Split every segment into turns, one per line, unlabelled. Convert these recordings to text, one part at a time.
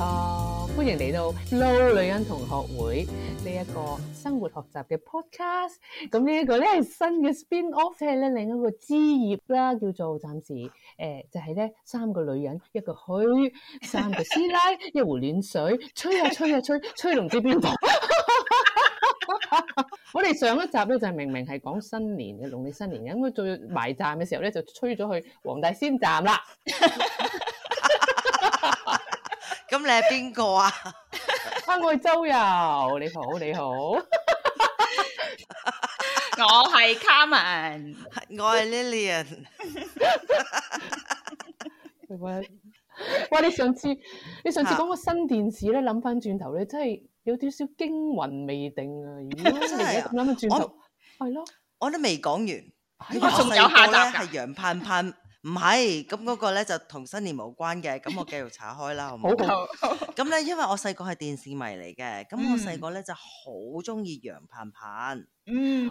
哦迎嚟到撈女人同學會呢一個生活學習嘅 podcast。咁呢一個咧係新嘅 spin off，即係咧另一個枝葉啦，叫做暫時誒、呃就係、咧三個女人一個虛，三個師奶， 一壺暖水，吹啊吹啊吹，吹唔知邊度。 我哋上一集咧就係明明係講新年嘅農曆新年嘅，咁佢做埋站嘅時候咧就吹咗去黃大仙站啦。
咁你係邊個啊？
啊，我係周遊，你好你好。
我係 Carmen，
我係 Lilian。
喂， 哇！你上次你上次講個新電視咧，諗翻轉頭咧，真係有少少驚魂未定啊！如果你而家咁諗翻轉頭，係咯，
我都未講完。
係
我
啊
哎仲有下集㗎
係楊盼盼，唔係咁嗰個咧就同新年無關嘅。 咁我繼續查開啦，好唔好？
好
咁咧，因為我細個係電視迷嚟嘅，咁我
嗯
細個咧就好中意楊盼盼。
嗯，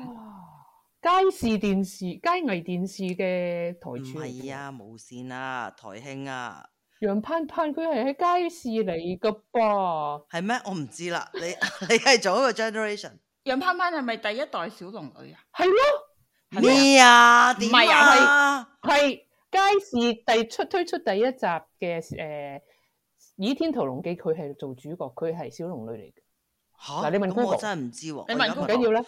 哇！街市電視、街藝電視嘅台
唔
柱，
係，啊，無線啊，台慶啊，
楊盼盼佢係喺街市嚟噶噃，
係咩？我唔知啦。你 你係做一個 generation
楊盼盼係咪第一代小龍女啊？
係咯，
係咪
咩
啊
啊？點
唔係
啊？
係街市第出推出第一集嘅誒《倚天屠龍記》，佢係做主角，佢係小龍女嚟嘅，
嚇！
嗱你問
咁我
Google
真係唔知喎。
你
我
問
而家
唔
Google
緊要啦。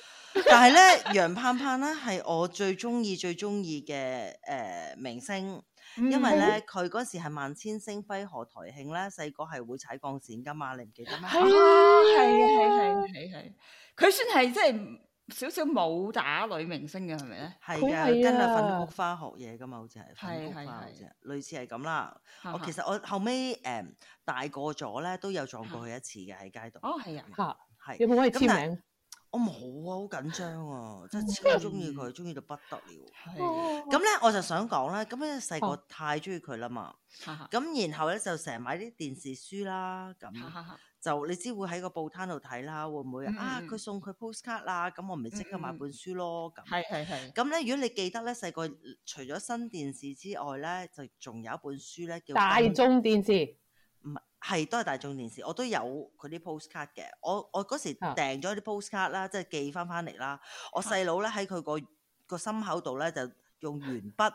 但係咧，楊盼盼咧係我最中意最中意嘅誒明星，
嗯
因為咧佢嗰時係萬千星輝賀台慶咧，細個係會踩鋼線噶嘛，你唔記得咩？
嗯，啊，係係係係係，佢算係即係少少武打女明星嘅係咪咧？
係
佢
噶，
係
跟阿
啊
粉菊花學嘢噶嘛，好似係粉菊
係係啊
花，好
係
似係類似係咁啦。我哦其
實
實我後尾誒、大個咗咧，都有撞過佢一次嘅喺街度。
啊哦係啊，
嚇，
係
有冇可以
咁
簽
但係
名？
我冇啊，好緊張啊，
哦
真係超中意佢，中意到不得了。
係
咁咧，我就想講咧，咁咧細個
哦
太中意佢啦嘛。
哈哈
咁然後咧就成日買啲電視書啦，咁
哈哈哈
就你知會喺個報攤度睇啦，會唔會
嗯
啊？
嗯嗯
佢送佢 postcard 啦，咁我咪即刻買
嗯嗯嗯
本書咯，咁。
係係係
咁咧，如果你記得咧，細個呃除咗新電視之外咧，就仲有一本書咧叫
大
金
眾電視
唔係係都係大眾電視，我都有佢啲 postcard 嘅。我我嗰時
啊
訂咗啲 postcard 啦，即係寄翻翻嚟啦。我細佬咧喺佢個個心口度咧就用鉛筆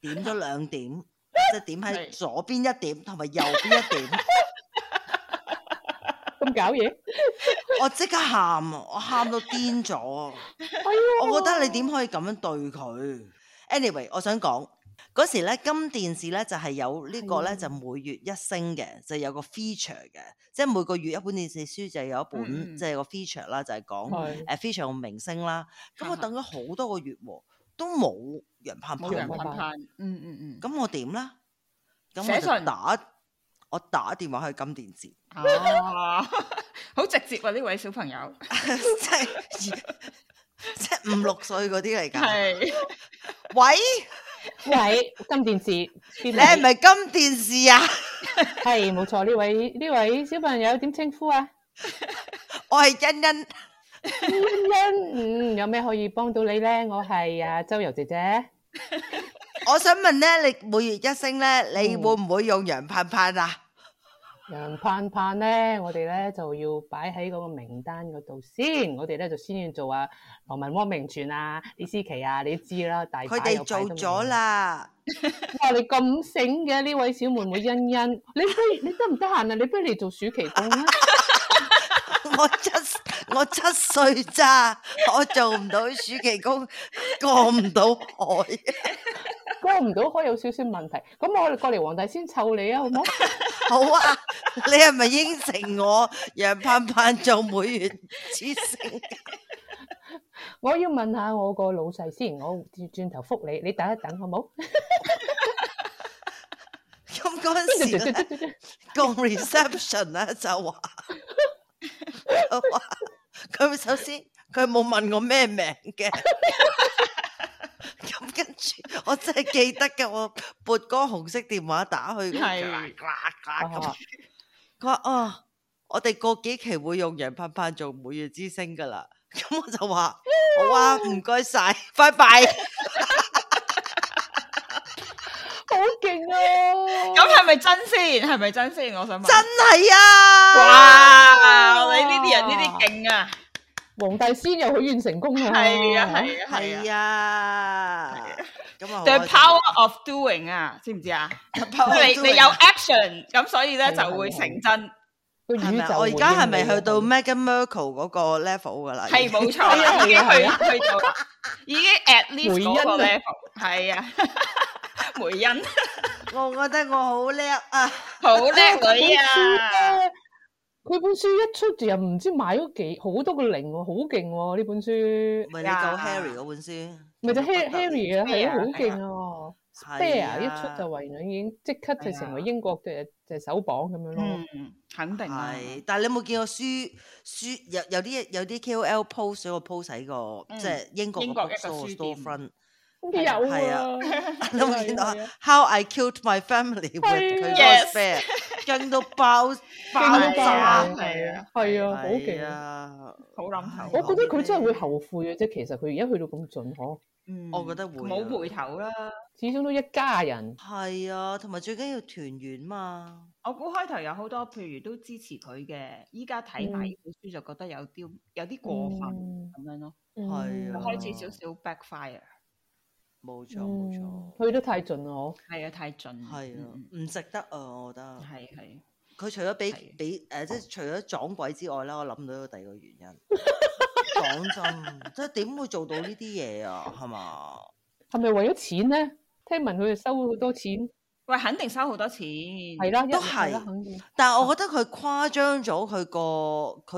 點咗兩點，即係點喺
係
左邊一點同埋右邊一點。
咁搞嘢，
我即刻喊啊！我喊到癲咗啊。
哎呀
我覺得你點可以咁樣對佢？anyway，我想講嗰時咧，金電視咧就係、有呢個
係啊
咧就每月一星嘅，就有個 feature 嘅，即係每個月一本電視書就有一
嗯
本，
嗯
即係有個 feature 啦，就係講
係
誒 feature 個明星啦。咁我
哈哈
等咗好多個月喎，都冇楊盼盼
冇楊
喎。
盼盼，嗯嗯嗯，
咁我點咧？咁我
寫
就
信
打我打電話去金電視。
啊， 好直接啊呢位小朋友，
即係即係五六歲嗰啲嚟㗎。
係
喂，
喂金電視，你
你係咪金電視啊？
係冇錯？呢位呢位小朋友點稱呼啊？
我係欣欣，
欣欣，嗯，有咩可以幫到你咧？我係啊周遊姐姐，
我想問咧，你每月一星咧，你
嗯
會唔會用楊盼盼啊？
楊盼盼咧，我哋咧就要擺喺嗰個名單嗰度先，我哋咧就先要做啊羅文、汪明荃啊、李思琪啊，你知啦，大
佢
把
哋
有
做
擺㗎
咗
嘛。
啦，
哇！你咁醒嘅呢位小妹妹欣欣，你 不如你得唔得閒啊？你不如嚟做暑期工啦。
我七我七歲咋，我做唔到暑期工， 過唔到海。
過唔到海有少少問題，咁我哋過嚟黃大仙湊你啊，好唔好？
好啊，你係咪應承我楊盼盼做每月之星？
我要問下我個老細先，我轉轉頭覆你，你等一等好唔好？
咁嗰陣時咧， 個 reception 咧就話，佢話佢首先佢冇問我咩名 嘅，咁跟住我真係記得嘅，我撥嗰個紅色電話打去，
係
佢咁佢話哦，我哋過幾期會用楊盼盼做每月之星噶啦，咁我就話好啊，唔該晒，拜拜。
好勁勁 啊！
咁係咪真先？係咪真先？我想 問。
真係啊！
哇！你呢啲人呢啲勁啊！
皇帝先有許願成功啊！
係啊係啊係
係
啊
啊，咁啊好
！The
開心
power of doing à, 啊，知唔知啊？
The
即
power
係
of
你你
doing à?
有 action，咁所以咧
係啊
就會
係啊
成真，
個宇
係咪啊？
宙
我而家係咪
回應你
去到
啊
Meghan Merkel 嗰個 level 噶啦？
係冇
係啊係啊
錯，已經去
係啊
去到啦，已經 at
梅
least
欣
嗰個
啊
level，係 啊，梅欣
我覺得我好叻啊！
好叻
哎
女啊！！
佢本書一出就又唔知買咗幾好多個零喎，好勁喎呢本書
唔，係你
呀
夠 Harry 嗰本書，
咪就 Harry Harry 啊，係
Spare
啊，
啊
好勁啊
係
！Bear
啊
一出就原來已經即刻就成為英國嘅隻手榜咁
Ừ,
樣咯。
嗯，肯定啊，
係，但係你有冇見過書書有有啲有啲 KOL post 咗個 post 喺個
嗯
即係英國
英
個 book
國一個
store
書店
storefront，
有
係
啊
啊，你有冇見到啊
係啊
How I Killed My Family with
係
佢個
啊
Yes
spare，勁到爆
아,
爆
勁到
炸
爆，
係啊，
係啊，好勁
係
啊！
啊！
好諗
我
頭，
覺得佢真係會後悔嘅，即係其實佢而家去到咁盡，嗬，
嗯
我覺得會啊
冇回頭啦。
始終都一家人。
係啊，同埋最緊要團圓嘛，
我估開頭有好多譬如都支持佢嘅，依家
Ừ.
睇埋呢本書就覺得有啲有啲過分
嗯
咁樣咯，
음.
係
就
啊
開始少少 backfire，
冇錯冇
嗯
錯，
去得太盡啦，嗬。
係啊太盡，
係啊
嗯，
唔值得啊，我覺
嗯
得。
係係
佢除咗俾
係哦
俾誒，即係除咗撞鬼之外啦，我諗到有第二個原 因。講真，即係點會做到呢啲嘢啊？係嘛？
係咪為咗錢咧？聽聞佢哋收好多錢，
喂肯定收好多錢，
係
係
啦，一
都
定係啦，
係
肯定。
但係
哦
我覺得佢誇張咗佢個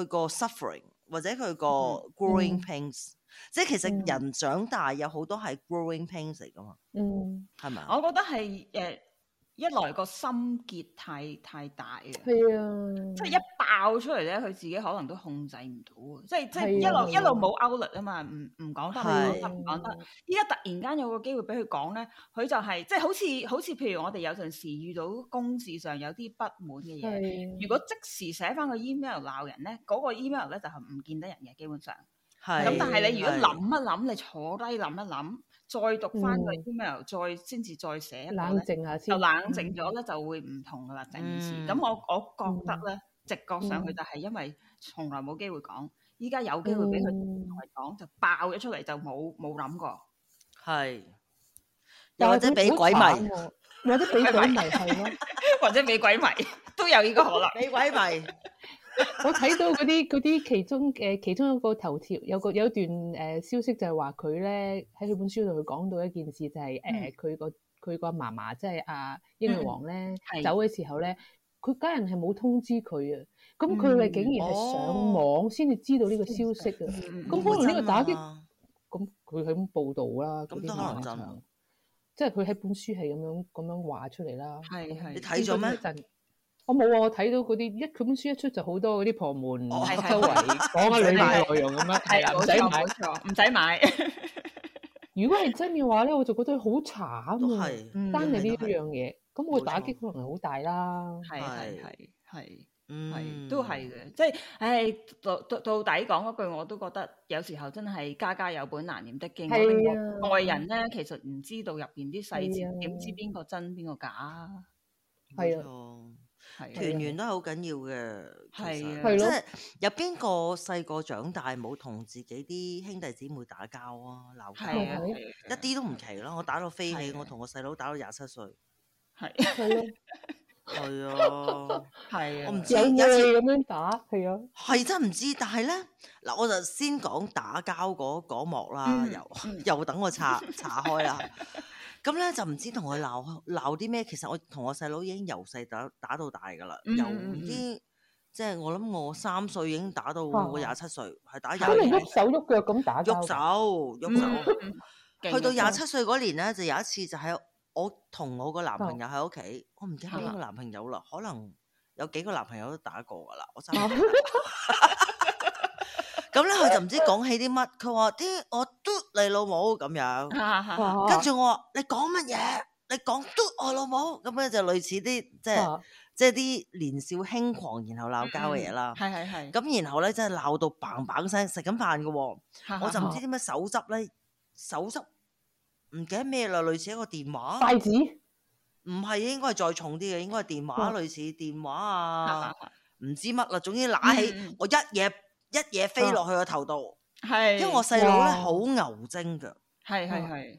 佢個 suffering 或者佢個
嗯
growing
嗯
pains，、即係其
嗯
實人長大有好多係 growing pains 嚟噶嘛，
嗯，
係咪啊？
我覺得係誒一來個心結太太大啊。
係啊，
即係一爆出嚟咧，佢自己可能都控制唔到啊！即係即係一
係啊
路一路冇 outlet 啊嘛，唔唔講得，唔講得，唔講得。
嗯
依家突然間有個機會俾佢講咧，佢就係、即係好似好似譬如我哋有陣時遇到公事上有啲不滿嘅嘢，
係
如果即時寫翻個 email 鬧人咧，嗰、個 email 咧就係唔見得人嘅基本上。
係
咁但係你如果
係
諗一諗，你坐低諗一諗，再讀翻個
嗯
email，再先至再寫一個
冷
咧，
靜下先，
就冷靜咗咧，就會唔同噶啦整件事。
嗯
咁、我我覺得咧，直覺上
嗯
佢就係因為從來冇機會講，依家有
嗯，
機會俾佢
嗯
同。佢講，就爆咗出嚟就冇冇諗過。
係，又
但
或
係
者
佢
俾
好
鬼
慘啊
迷，
喎，或者俾鬼迷係咯。
或者俾鬼迷 都有呢個可能。
俾鬼迷，
我睇到嗰啲嗰啲其中誒其中一個頭條有個有一段誒消息就係話佢咧喺佢本書度佢講到一件事就係
嗯
誒佢個佢個嫲嫲即係阿英女王咧
嗯
係
走嘅時候咧，佢家人係冇通知佢啊，咁佢哋
嗯
竟然係上
哦
網先至知道呢個消息啊，
嗯
咁
嗯
可能呢個打擊
真啊
咁佢係咁報導啦，
咁
嗰啲
都可能
馬
真
場即係佢喺本書係咁樣咁樣話出嚟啦。
係
咁
係
你睇咗咩
應該都一陣我冇啊！我睇到嗰啲一佢本書一出就好多嗰啲婆門
哦
係係
周圍講啊下 裏面嘅內容咁樣，係啦，啊唔
冇
使
錯
買
冇。錯，唔使買。
如果係真嘅話咧，我就覺得好慘
都
啊！
係。
嗯
單係呢
係
一
都係
樣嘢，咁我
冇
打
錯
擊可能係好大啦。
係係係係。係，
嗯
都係嘅，即係，唉，到到到底講嗰句，我都覺得有時候真係家家有本難念的經。我
係啊
哋外人咧，其實唔知道入邊啲細
係啊
節，點知邊個真邊個假啊？
係啊
啊。團
係
係啊
啊
圓都係好緊要嘅，其實
係啊
係
即
咯
係有邊個細個長大冇同自己啲兄弟姊妹打交啊、鬧
係
交
啊
係
啊，
啊
一啲都唔奇啦。我打到飛起，
係啊
我同我細佬打到廿七歲，
係
係咯，
係啊，
係啊，
我唔知
有
有一次
愛咁樣打，係啊，
係真唔知。但係咧，嗱，我就先講打交嗰嗰幕啦，
嗯
啊又
嗯
又等我查查開啦。咁咧就唔知同佢鬧鬧啲咩，其實我同我細佬已經由細打打到大㗎啦，
嗯
由唔
嗯嗯
知即係我諗我三歲已經打到
哦
哇
我廿七歲，係打
咁
廿
你
年
喐。手喐腳咁打交㗎，
喐手喐手，
嗯嗯
去到
勁啊
廿七歲嗰年咧，就有一次就喺我同我個男朋
哦
友喺屋企，我唔記得邊個男朋友啦，可能有幾個男朋友都打過噶啦，我真
哦
係唔記得咁咧，佢就唔知講起啲乜，佢話啲我嘟你老母咁樣，
哈哈哈
哇
跟住我話你講乜嘢？你講嘟我老母咁咧就類似啲即係
啊
即係啲年少輕狂然後鬧交嘅嘢啦。
係係係，
咁然後咧真係鬧到砰砰聲，食緊飯嘅喎。
哈哈
我就唔知點解手執咧，手執唔記得咩啦，類似一個電話，
筷子，
唔係應該係再重啲嘅，應該係電話
嗯
類似電話
啊
啊，唔知乜啦，總之揦
嗯嗯
起我一嘢一嘢飛落去個頭度，
係，
因為我啊細佬
哇
咧好牛精㗎，
係係係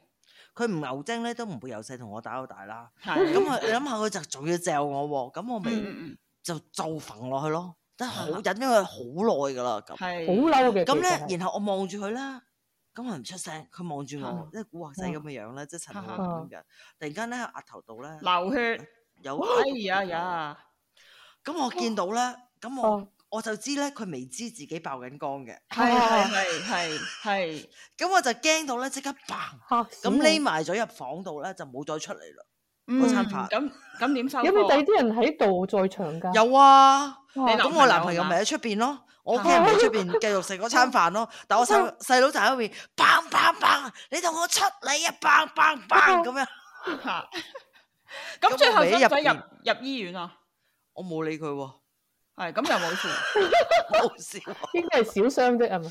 佢唔牛精咧都唔會由細同我打到大啦。
係
咁啊，你諗下佢就仲要嚼我喎，咁我
嗯嗯
咪
嗯
就就揈落去咯，真係好忍咗佢好耐㗎啦咁。
好
係
嬲嘅。
咁
其實係
咧，然後我望住佢啦，咁我唔出聲，佢望住
嗯
我，即係古惑仔咁嘅樣咧，即係陳浩
嗯
咁樣。突然間咧，額頭度咧
流血，
有，
哎呀呀，
咁我見到咧，咁我
哦
我就知咧，佢未知自己爆緊光嘅，
係係係係係
咁我就驚到咧，即刻砰，
嚇死
咁
我
匿埋咗入房度咧，就冇再出嚟啦。
嗯
嗰餐飯
咁咁點
啊
收
有冇第
科？
二啲人喺度在場㗎？
有啊，
哇
你男
咁
朋友
我男朋友
係嘛
咪喺出邊咯，我屋企人咪喺出邊繼續食嗰餐飯咯，但我細細佬就喺入邊砰砰砰，你同我出嚟啊，砰砰砰咁樣。
嚇
咁
咁最後
我咪
使唔
喺入邊
使入入醫院啊？
我冇理佢喎，
係咁又冇事，
冇事喎。
應該係小傷啫，係咪？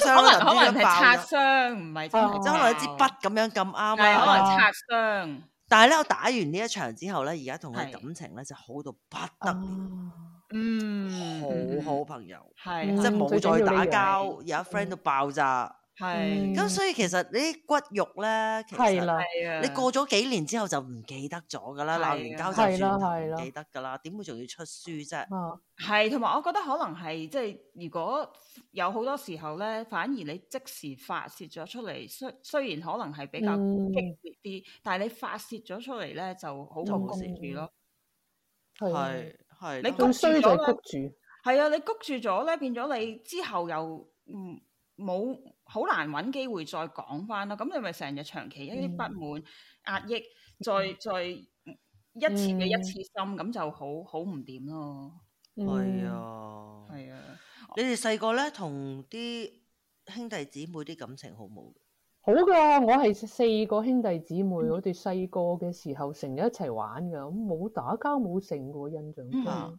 小傷
可
啦
能可能
就唔知點樣
係
爆
擦
咗
傷，唔係真係
即係可能一支筆咁樣咁啱
係啊可
啦。
能擦傷，
但係咧，我打完呢一場之後咧，而家同佢
係
感情咧就好到不
哦
得了，
啊
嗯，
好好朋友，
係
嗯
即係冇
最緊
再
要呢
打
樣
交，而家 friend 到爆炸。
係
咁
嗯
所以其實呢啲骨肉咧，其
係
實
啦，
係啊，
你過咗幾年之後就唔記得咗噶啦，
係啊
鬧完交就
係啦
算
係
唔
啦
記得噶啦，點會仲要出書啫？
啊
係，同埋我覺得可能係即係，如果有好多時候咧，反而你即時發泄咗出嚟，雖雖然可能係比較
嗯
激烈啲，但係你發泄咗出嚟咧就好
就
冇
冇
公
事
住咯。
係啊
係係，
你
最衰就係谷住，
係啊，你谷住咗咧，變咗你之後又嗯冇好難揾機會再講翻咯。咁你咪成日長期一
嗯
啲不滿壓抑，再再一次嘅一次
嗯
心，咁就好好唔掂咯。
係
嗯，
啊，
係啊，
你哋細個咧同啲兄弟姊妹啲感情好冇？
好㗎，我係四個兄弟姊妹，我哋細個嘅時候成日一齊玩㗎，咁冇打交冇成喎，印象中。
嗯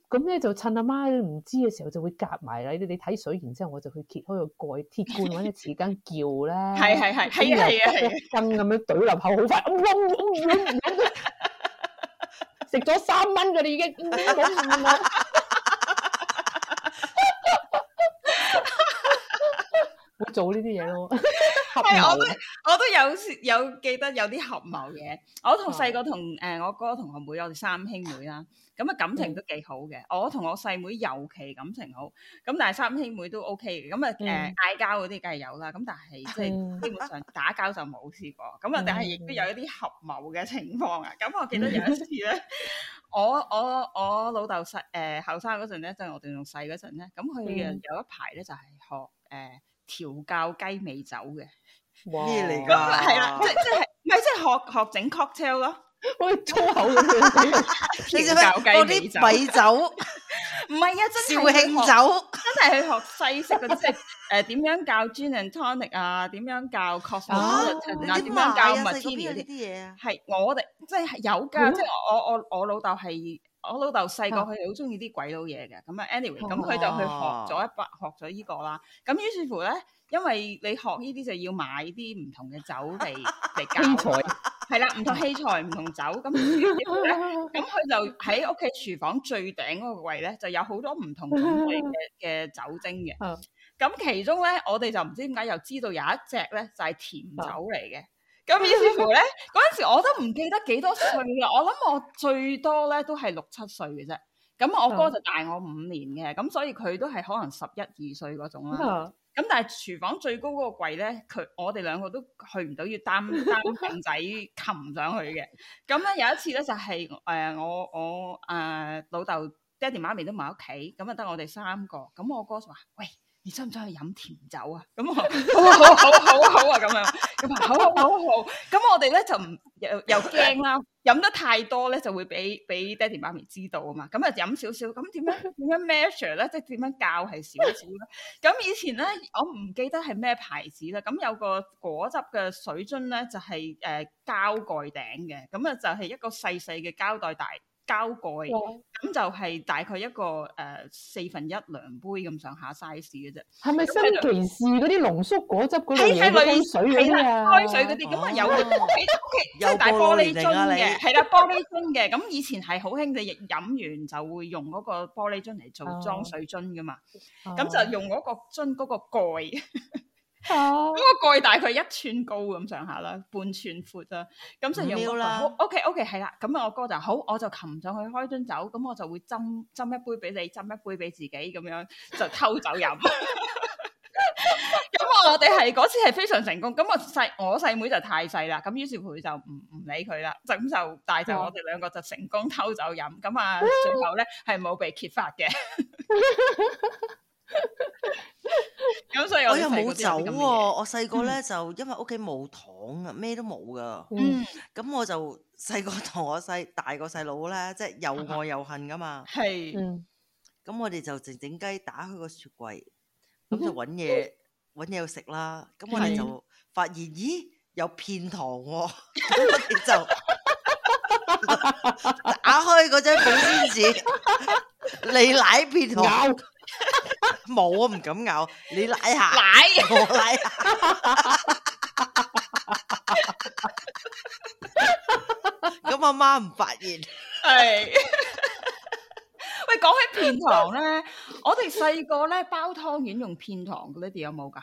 咁咧就趁阿媽唔知嘅時候就會夾埋啦，你你睇水，然之後我就去揭開個蓋，鐵罐或者匙羹撬咧，
係係係係啊係啊係啊，
一羹咁樣懟入口，好快，嗡嗡嗡嗡嗡食咗三蚊嘅你已經，嗯好唔好會做呢啲嘢咯，合
係我
謀
都我都有時有記得有啲合謀嘅。我
哦
同細個同誒我哥同學妹，我哋三兄妹啦，咁啊感
嗯
情都幾好嘅。我同我細妹尤其感情好，咁但係三兄妹都 OK 嘅。咁啊誒
嗯
嗌交嗰啲梗係有啦，咁但係即係。
嗯
基本上打交就冇試過，咁啊，但係亦都有一啲合謀嘅情 況啊。咁我記得有一次咧，我我我老豆細誒後生嗰陣咧，即係我哋仲細嗰陣咧，咁佢
嗯
有一排咧就係學誒、呃、調教雞尾酒嘅，
哇
咩嚟
咁
㗎
啊係啦，即即係唔係即係學學整 cocktail 咯，
好似粗口咁樣，
你
調
做咩
教
放
雞
啲
尾酒，
米酒、
唔係啊，真
紹
係去學
興酒，
真係去學西式嗰啲，即係誒點樣教 gin and tonic 啊，點樣教 cosmopolitan 啊，
哦你
點
點買
樣教
啊？細個邊
martini
有
嗰啲
呢啲。嘢啊？
係我哋即係有
好
㗎，即係我我我老豆係我老豆細個佢好中意啲鬼佬嘢嘅，咁啊 anyway，咁佢就去
哦
學咗一百學咗依個啦。咁於是乎咧，因為你學呢啲就要買啲唔同嘅酒嚟嚟
器
教，係啦，唔同器材唔同酒咁。於是乎咧
材，
咁佢就喺屋企廚房最頂嗰個位咧，就有好多唔同種類嘅嘅酒精嘅
啊。
咁其中咧，我哋就唔知點解又知道有一隻咧就係、甜酒嚟嘅。咁於是乎咧，嗰陣時我都唔記得幾多歲啦。我諗我最多咧都係六七歲嘅啫。咁我哥就大我五年嘅，咁所以佢都係可能十一二歲嗰種啦。
啊
咁但係廚房最高嗰個櫃咧，佢我哋兩個都去唔到，要擔擔凳仔擒上去嘅。咁咧有一次咧就係、誒、我我誒、老豆爹哋媽咪都唔喺屋企，咁啊得我哋三個。咁我哥就話：喂，你想唔想去飲甜酒啊？咁我好啊好啊好啊好啊好啊咁樣。咁啊，好好好好，咁我哋咧就唔又又驚啦，飲得太多咧就會俾俾爹哋媽咪知道啊嘛，咁啊飲少少，咁點樣點樣 measure 咧，即係點樣教係少少咧？咁以前咧，我唔記得係咩牌子啦，咁有個果汁嘅水樽咧就係、誒、膠蓋頂嘅，咁啊就係一個細細嘅膠袋大膠蓋。咁就係大概一個誒、呃四分一量杯咁上下 size 嘅啫，
係咪新奇士嗰啲濃縮果汁嗰類
係
嘢
係類
開水嗰啲啊？
開水嗰啲咁啊有啲
哦
喺屋企即
有
係大玻
玻
璃
璃
樽
嚟㗎你
嘅，係啦玻璃樽嘅。咁以前係好興嘅，飲完就會用嗰個玻璃樽嚟做
哦
裝水樽噶嘛。
哦
咁就用嗰個樽嗰個蓋，嗰
哦
個蓋大概一寸高咁上下啦，半寸闊啦。咁就用
五
嗰
秒
個
啦
好 OK OK 係啦。咁啊，我哥就好，我就擒上去開樽酒，咁我就會斟斟一杯俾你，斟一杯俾自己咁樣就偷酒飲。咁我哋係嗰次係非常成功，咁我細我細妹就太細啦，咁於是乎佢就唔唔理佢啦，咁就但係就
哦
我哋兩個就成功偷走飲，咁 啊最後咧係冇被揭發嘅。咁所以我
我
哋
又
細個
冇
都
酒
有啲咁嘅嘢
喎、我細個咧就因為屋企冇糖啊，咩都冇噶。
嗯
嗯，
咁我就細個 同我細大個細佬咧，即係又愛又恨噶嘛。
係
嗯，
咁我哋就靜靜雞打開個雪櫃，咁就揾嘢揾嘢食啦。咁我哋
係
就發現，咦有片糖喎、咁我哋就打開嗰張保鮮紙，你奶片糖
咬
冇啊，唔敢咬，你奶下。
奶，
我奶下，咁阿媽唔發 現，
係。喂，講起片糖咧，我哋細個咧包湯圓用片糖嘅，你哋有冇㗎？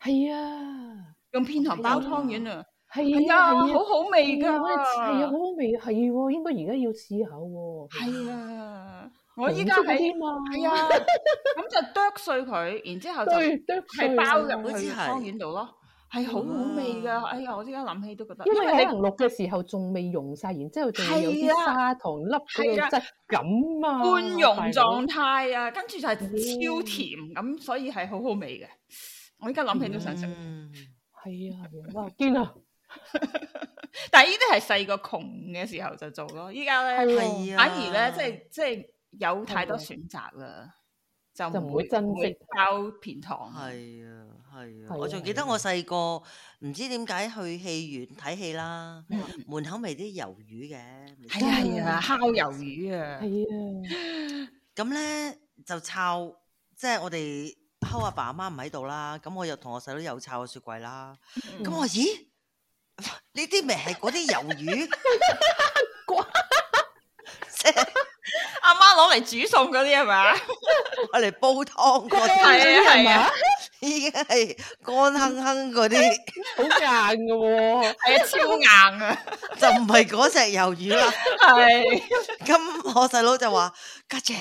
係啊，
用片糖包湯圓啊！
係
係
啊，
啊，
係
好
啊。
好味噶，
係啊，係啊，好好味，係喎，應該而家要試下喎。
係啊，
紅
我
色
依家
嗰
喺
啲嘛，
係啊，咁就剁碎佢，然之後就
對，剁
係
碎
包
啊
入去湯圓度咯，係好好味噶。哎呀，我依家諗起都覺得，
因
因
為
為
可
你
能落嘅時候仲未溶晒，然之後仲會有
係
啲
啊
砂糖粒嗰
係啊
個質感啊，
半溶
大佬
狀態啊，跟住就係超甜咁，所以係好好味嘅。我依家諗起都想食，
嗯
係啊，係啊，哇堅啊，
但係呢啲係細個窮嘅時候就做咯，依家咧
係喎
係啊，
哦反而咧，即係即係有太多
係
選擇啦，就
就唔會珍惜
會包片糖。
係啊，係啊，
係
我
啊
仲記得
係啊
我細個唔知點解去戲院睇戲啦，
嗯
門口咪啲魷魚嘅，咪
係啊係啊，烤魷魚啊，
係啊，
咁咧就抄，即係我哋睺阿爸阿媽唔喺度啦，咁我又同我細佬又抄個雪櫃啦，
嗯
咁我咦呢啲咪係嗰啲魷魚，即係
阿媽攞嚟煮餸嗰啲係咪啊？
我嚟煲湯嗰
係
啲，
啊係啊，
已經係乾哼哼嗰啲，
好硬嘅喎，
係啊，超硬啊，
就唔係嗰只魷魚啦。
係
咁我細佬就話：家姐，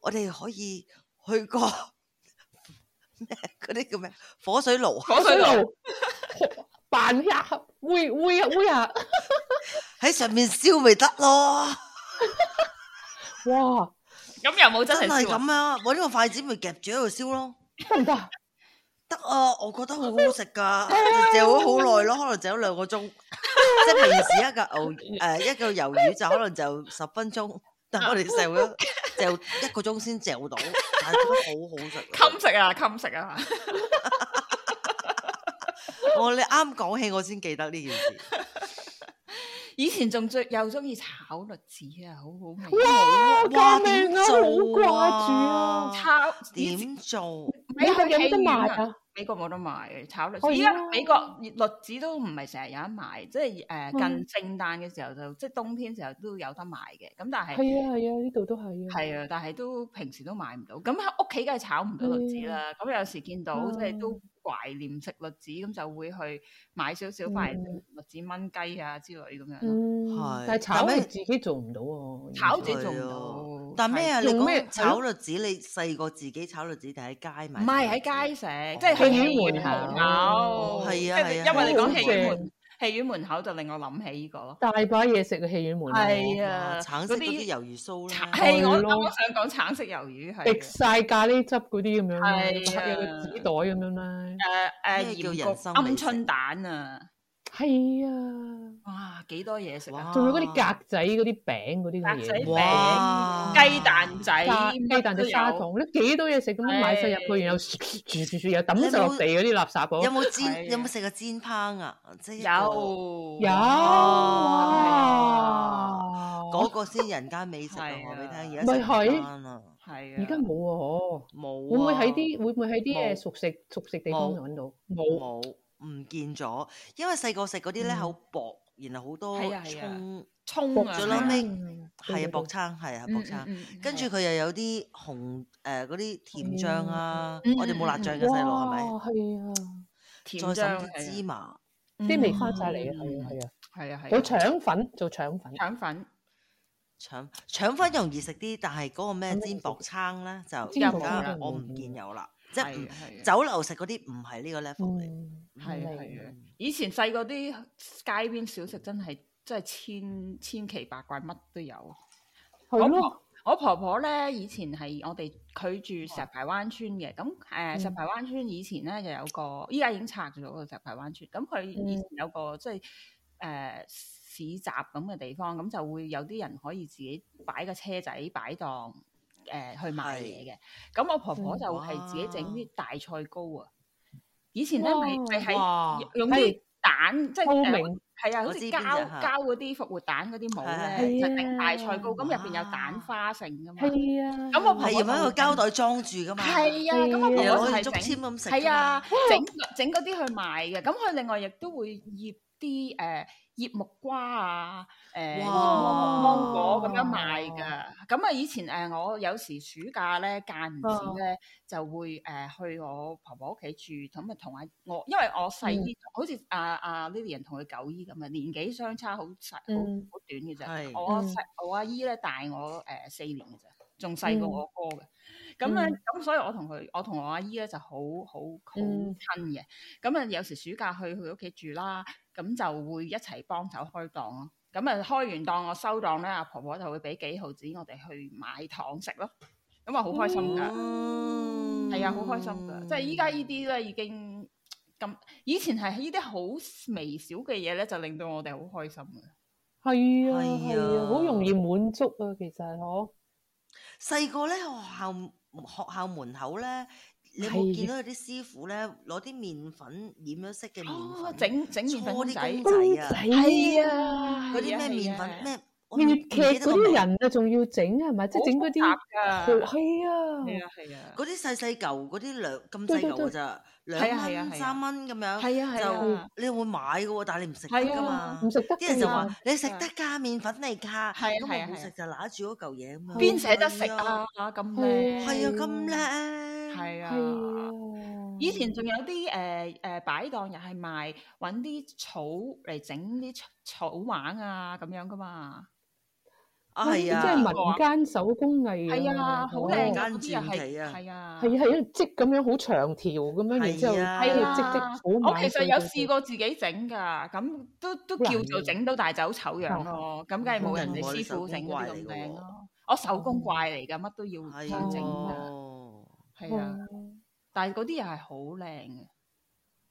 我哋可以去個 咩嗰啲叫咩火水爐啊，
火水爐，
扮呀，會會啊會啊，
喺上面燒咪得咯。
哇，
咁又冇真
真
係
係
燒啊
咁啊！搵個筷子咪夾住喺度燒咯。
得唔得？
得啊，我覺得好好食噶，嚼咗好耐咯，可能嚼咗兩個鐘。 即係平時一個牛誒、一個魷魚就可能就十分鐘，但我哋嚼咗嚼一個鐘先嚼到，但係覺得好好食啊。
襟食啊襟食啊，
我你啱講起我先記得呢件事。
以前仲最又中意炒栗子啊，好好味。
哇，
哇
救命啊，
點
好
做
掛住
啊
啊，
炒以前
點做？
你
美
係
國
有得
戲院
賣
啊？
啊？
美國冇得賣炒栗
哦
啊
子，依
而
家
家
美國栗子都唔係成日有得賣，即係誒
嗯
近聖誕嘅時候就即係冬天時候都有得賣嘅，咁但係。
係啊係啊，呢度都係啊，
係啊，但係都平時都買唔到，咁喺屋企梗係炒唔到栗子
嗯
啦。咁有時見
哦
到即係都懷念食栗子，咁就會去買少少翻嚟
嗯
栗子炆雞啊之類咁樣咯。
嗯
係，
但係炒
但咩
係自己做唔到喎，
炒自己做
係啊
唔到，
但咩啊？
係
你
用咩
講炒栗子，你細個自己炒栗子定喺街買？
唔係喺街食，即係去戲院門口。
係啊
即係
係啊
因為你
好
講戲
正
院門，戲院門口就令我諗起呢個咯。
大把嘢食嘅戲院門口
係
哇
啊，
橙色嗰
嗰
啲
啲
魷魚酥咧，
橙係我
係咯
啱啱想講橙色魷魚係
滴晒咖喱汁嗰啲咁樣啦，
係啊
有個紙袋咁樣啦。
誒誒
咩叫
鹽
人
焗
生美
鵪
食
鶉蛋啊！
係啊，
哇，幾多嘢食啊！
仲有嗰啲格仔、嗰啲餅嗰啲咁嘅
格仔
嘢。
哇
餅、雞蛋仔、
炸雞
雞
蛋仔砂糖，你幾多嘢食咁樣買晒入去，然後住住住又抌晒落地嗰啲垃圾嗰。
有冇煎？
係啊
有冇食過煎烹啊？即係一個
有
有
哇
哇
嗰個先人間美食 啊！
係啊
我俾你聽，而家
咪
食
係
唔返啦，
係啊，
而家冇喎，
冇
會唔會喺
啊
啲會唔會喺啲
冇
誒熟食熟食地方
冇
揾到？冇
冇唔見咗，因為細個食嗰啲咧
嗯
好薄，然後好多
係啊係啊嗯
葱，
뭐,
葱
啊
啊，
最撈尾
對
係啊
對
薄
對
撐，係啊薄
Ừ, 嗯
撐。跟住
係
佢又有啲紅誒嗰啲甜醬啊
嗯，
我哋冇辣
嗯嗯
醬嘅
哇
細路係咪？
係啊，
甜
再
醬
滲
係啊
啲芝麻，
啲味
嗯
翻晒嚟啊，係啊係啊，
係啊係啊，
做腸粉做腸粉，
腸粉
腸腸粉容易食啲，但係嗰個咩
咁
煎
就
薄撐咧就
煎
而
嗯薄
家
撐
我唔見有啦，即係
係
唔
啊係啊
酒樓食嗰啲唔係呢個 level 嚟。
嗯，
係啊
係
係啊，以前細個啲街邊小食真係真係千千奇百怪，乜都有。
係
我
咯
婆，我婆婆咧以前係我哋佢住石排灣村嘅，咁誒、呃
嗯
石排灣村以前咧就有個，依家已經拆咗個石排灣村，咁佢以前有個即係誒、呃市集咁嘅地方，咁就會有啲人可以自己擺個車仔擺檔誒、呃去賣嘢嘅，咁我婆婆就係自己整啲大菜糕啊，以前咧咪
哇
咪
哇
係用
哦係
啲蛋即係
透
誒
明
係啊，
我
好
知
似
邊
膠
隻嚇
膠嗰啲復活蛋嗰啲帽
係
咧，
係
就
係
整大菜糕，咁入邊有
哇
蛋花剩噶嘛。
啊係啊，
咁我
係用一個膠袋裝住噶嘛，
係啊，咁
係
我
啊
婆
然後好
婆就
似
係
竹籤
整
咁食。
係，啊，整整嗰啲去賣嘅。咁佢另外亦都會醃啲誒醃木瓜啊，誒醃
哇
芒果咁樣賣㗎。咁啊，以前誒我有時暑假咧間唔時
嗯
咧就會誒去我婆婆屋企住，咁啊同阿我，因為我細姨
嗯
好似阿阿 Lilian 同佢九姨咁啊，年紀相差好細好
嗯
好短嘅啫。
係
我
嗯
細我阿姨咧大我誒四年嘅啫，仲細過
嗯
我哥嘅。咁咧
嗯
咁所以我同佢我同我阿姨咧就好好好親
嗯
嘅。咁啊有時暑假去佢屋企住啦，咁就會一齊幫手開檔咯。咁啊開完檔我收檔咧，阿婆婆就會俾幾毫子我哋去買糖食咯。咁啊好開心㗎，
嗯
係啊好開心㗎。即係依家呢啲咧已經咁，以前係呢啲好微小嘅嘢咧，就令到我哋好開心嘅。
係啊
係
係
啊
啊，好容易滿足啊，其實嗬，
細個咧學校學校門口咧，你有冇
係
見到有啲師傅咧攞啲麵粉染咗色嘅麵
哦
粉，
整整麵粉
搓
公
啲
仔
公。
公
仔
仔
啊，
啊
啊
嗰啲咩
係
麵
啊
粉咩？我唔
粵
唔記
劇
得個
嗰啲
名
人啊，仲要整係咪？即係整嗰啲
好
好
複雜㗎
係啊，
係啊係啊，
嗰啲細細嚿嗰啲兩咁細
對對
嚿㗎
對
咋，
係
兩
啊係啊
蚊
係啊
三蚊咁樣，
係啊係啊
就，你會買嘅喎，但係你唔食得
係
㗎
啊
嘛
唔。食得
啲人就
㗎
話
嘛，
你食得㗎，麵粉嚟㗎，
係啊
咁我
係啊係
冇
啊
食就揦住嗰嚿嘢咁樣。
邊捨得食啊咁
係
咧？
係啊，咁叻。
係
係
啊。
啊，
以前仲有啲誒誒擺檔又係賣揾啲草嚟整啲草草玩啊咁樣噶嘛，
哇呢啲真係
啊係啊，
民間手工藝
係啊，好靚
㗎，
㗎
間
嗰啲又
傳奇
係
啊
係啊，
係啊係啊，織咁樣好長條咁樣，然之後
係啊
跟住
係
織織
啊
好
我
慢
其實
碎
有
碎
試過自己整㗎，咁都都
好難哦
叫做
嘅
整到大走醜樣咯，咁梗係冇人哋師傅整嗰啲咁靚咯。我手
哦
工怪嚟㗎，乜都要
係
要整㗎，
喎
係啊，但係嗰啲又係好靚嘅。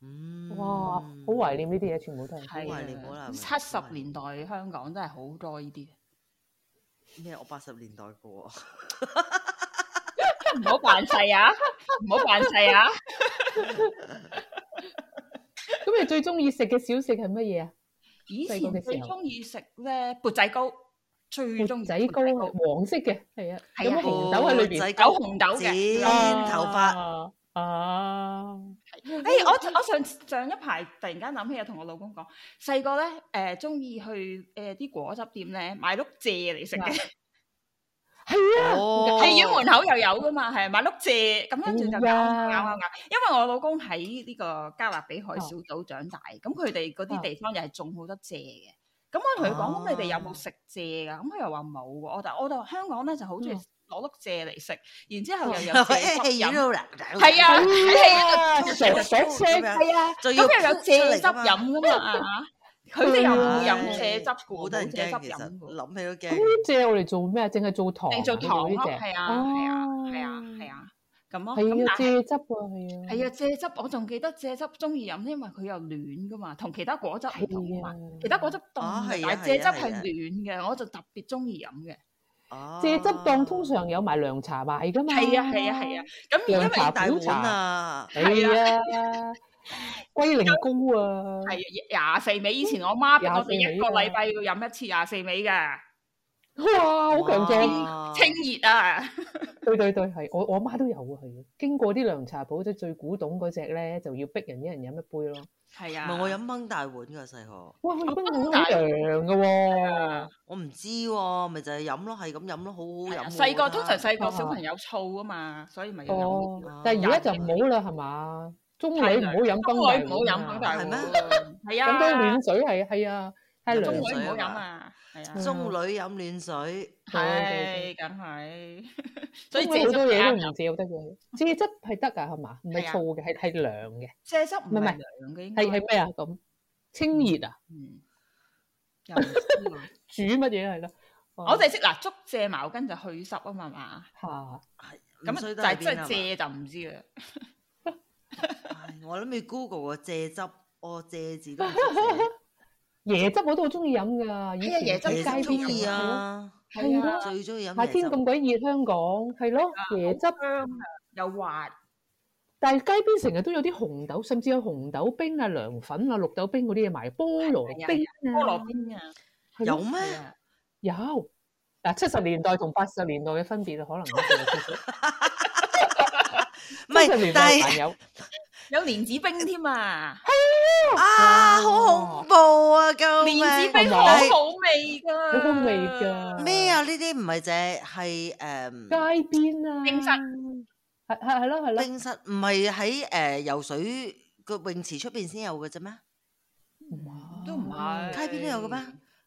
嗯
哇，好懷念呢啲嘢，全部都係。
係
懷念好難
啊，
忘
七
真係
十年代香港真係好多呢啲，
咩？我八十年代嘅喎，
唔好扮細啊，唔好扮細啊！
咁你最中意食嘅小食係乜嘢啊？
以
細個嘅
前
時
最
候
中意食咧缽仔糕，最中
缽
意
仔
缽
糕係黃色嘅，係啊，
係
有
啊
乜紅豆喺裏邊？
仔
有紅豆嘅。哦
剪頭髮，
啊啊！
誒， 我我上上一排突然間諗起，又同我老公講，細個咧誒中意去誒啲果汁店咧買碌蔗嚟食嘅，
係啊，
哦
喺院門口又有噶嘛，係買碌蔗，咁跟住就
哎
咬
呀
咬咬咬。因為我老公喺呢個加勒比海小島長大，咁佢哋嗰啲
啊
地方又係種好多蔗嘅。咁我同佢講：咁你哋有
啊
冇食蔗㗎？咁佢又話冇喎。我就我就香港咧就好中意
嗯
攞碌蔗嚟食，然之後又有
誒
蔗汁
喺
飲。
度啦，
係啊，喺度
抽
傻傻
抽
聲
咁樣
係啊，
仲
咁
要
佢又有
出
蔗
嚟
汁
㗎嘛
飲 㗎嘛？啊佢哋又冇飲
唉
蔗汁嘅喎，
啊好得人
冇
驚
蔗
其
汁
實
飲嘅喎。
諗起都
咁
驚。
哦
呢啲蔗我哋做咩？淨係做糖啊，
定做糖
呢
咯，
啲蔗
哦係啊，係啊，係啊，係啊。咁咯。
係
咁
要
但係
蔗汁喎，係啊，
係啊，蔗汁我仲記得蔗汁中意飲，因為佢又暖噶嘛，同其他果汁唔同啊嘛。
係啊
其他果汁凍
啊
嘅，
係啊
但係
係
蔗
啊
汁
係
係
啊
暖嘅，我就特別中意飲嘅。
哦
蔗汁檔通常有埋涼茶賣噶嘛。
係啊係啊係啊，咁
涼
因為
因為
茶
大
苦茶
碗啊，
哎
係啊，龜苓膏啊，
係廿四味，以前我媽逼我
廿四
哋
味
一個
啊
禮拜要飲一次廿四味嘅，
哇，好強壯！
哇
清熱啊！
對對對，係我我媽都有啊，係啊。經過啲涼茶鋪，即係最古董嗰只咧，就要逼人一人飲一杯咯。
係
唔
啊，
係我飲掹大碗㗎細個，
哇，
哦
佢冰好涼嘅喎，
啊
我唔知喎，咪就係飲咯，係咁飲咯，好
係啊
好飲喎。
細個通常細個
啊
小朋友燥啊嘛，所以咪要飲呢啲
哦
咯。，
但係而
啊
家就
廿
唔
四
好
啊
啦，係嘛？中女唔好飲
中
崩
女唔好飲
崩
咁大
係
碗
咩
啊，係
咁 多
啊，
暖水係係啊，太
飲
涼
中女
水
唔好
啊
飲
嘛
啊，係啊。
中女飲暖水，
對
係， 梗係，
所
所以
以
蔗
好
汁
多嘢都唔
啱飲
照得嘅，蔗汁係得㗎係嘛？唔係
啊係啊
燥嘅，係係涼嘅，
蔗汁唔
唔係唔
係
係
涼嘅，應該
係係咩啊？咁清熱啊？
嗯又唔 知喎
煮乜嘢係咯？
我哋識嗱竹蔗茅根就去濕啊嘛嘛，
嚇
係
咁
唔
就
衰得
係
係邊
真係
啊
蔗就唔知啦。
嘛？唉我諗要 Google 個蔗汁，我蔗字都唔識寫
椰汁我都好中意飲㗎，以前
椰汁
喺街
椰汁中
邊
意
係咯
啊，
係啊
最中意飲
夏
椰
天咁
汁。
鬼熱，香港係咯椰汁，
香啊，又滑，
但係街邊成日都有啲紅豆，甚至有紅豆冰啊、涼粉啊、綠豆冰嗰啲嘢賣，菠蘿冰
菠
啊，
蘿邊啊，
係咯
有咩？
係啊
有嗱，七十年代同八十年代嘅分別可能唔
唔係
年，
但
代
係
還有
有蓮子冰添啊，
啊，好恐怖啊！救命！
蓮子冰好
同埋
好味㗎，
好好味㗎。
咩？啊？呢啲唔係淨係
街
誒
邊啊，
冰室
係係係咯係咯，
冰室，唔係喺誒游水個泳池出邊先有嘅啫咩？
哇
都唔係
街邊都有嘅咩？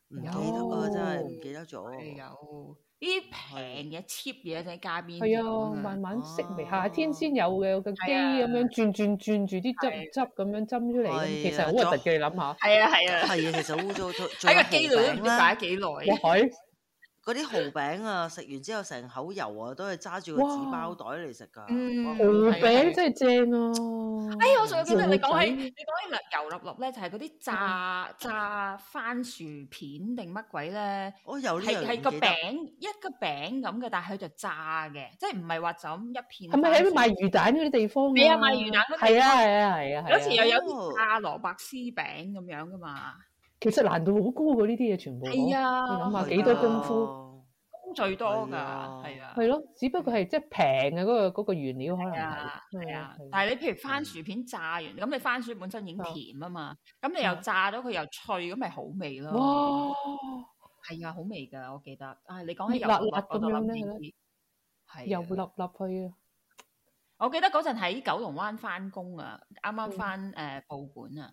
唔記得
有
喎，真係唔記得
係
咗。
有呢啲平嘅 cheap 嘢喺街邊
係啊，
飲
慢慢識味，
哦
夏天先有嘅，有個機咁樣轉轉轉住啲汁汁咁樣斟出嚟，咁其實好核突嘅，你諗下，
係啊係啊，
係啊，其實污糟咗。仲
喺
有
個機度都
蠔
唔知
餅啦
擺咗幾耐。
哇係
嗰啲蠔餅啊，食完之後成口油啊，都係揸住個紙包袋嚟食㗎。
嗯
哇
蠔
係啊
餅真係正啊！
哎呀，我仲有記得你講起
蠔
你講起辣油粒粒咧，就係嗰啲炸炸番薯片定乜鬼咧？
我有呢樣
係
嘢
係
唔
個
記得
餅一個餅咁嘅，但係佢就炸嘅，即係唔係話就咁一片。
係咪喺賣？魚蛋嗰啲地方啊？
係啊賣魚蛋嗰啲地
係
方
啊係啊係啊！係啊
有時又有
哦
啲炸蘿蔔絲餅咁樣噶嘛。
其實難度好高嘅呢啲嘢全部。
係啊，
你諗下
係
幾多
㗎
功夫
工最多㗎，
係啊
係啊。
係咯，只不過係即係平嘅嗰個嗰個原料可能係
啊，係啊
係啊，
但係你譬如番薯片炸完，咁你番薯本身已經
啊
甜啊嘛，咁你又
啊
炸咗佢又脆，咁咪好味咯。
哇！
係啊，好味㗎，我記得。啊，你講起油
辣
粒
辣
我
咁
就
樣
諗
咩咧
起，係
又
又
立立去啊！
我記得嗰陣喺九龍灣翻工啊，啱啱
嗯
翻誒報館啊，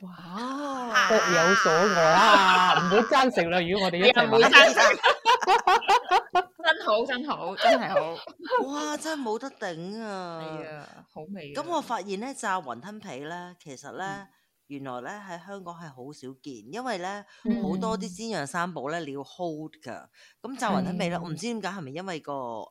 哦
各有所愛啊！唔好爭食啦，如果我哋一齊
你又唔
買，
會爭真好，真好，真係好。
哇！真係冇得頂
係
啊！
啊，好味啊。
咁我發現咧，炸雲吞皮咧，其實咧，原來咧喺香港係好少見，因為咧
嗯
好多啲煎釀三寶咧，你要 hold 㗎。咁炸雲吞皮咧，我唔知點解係咪因為個誒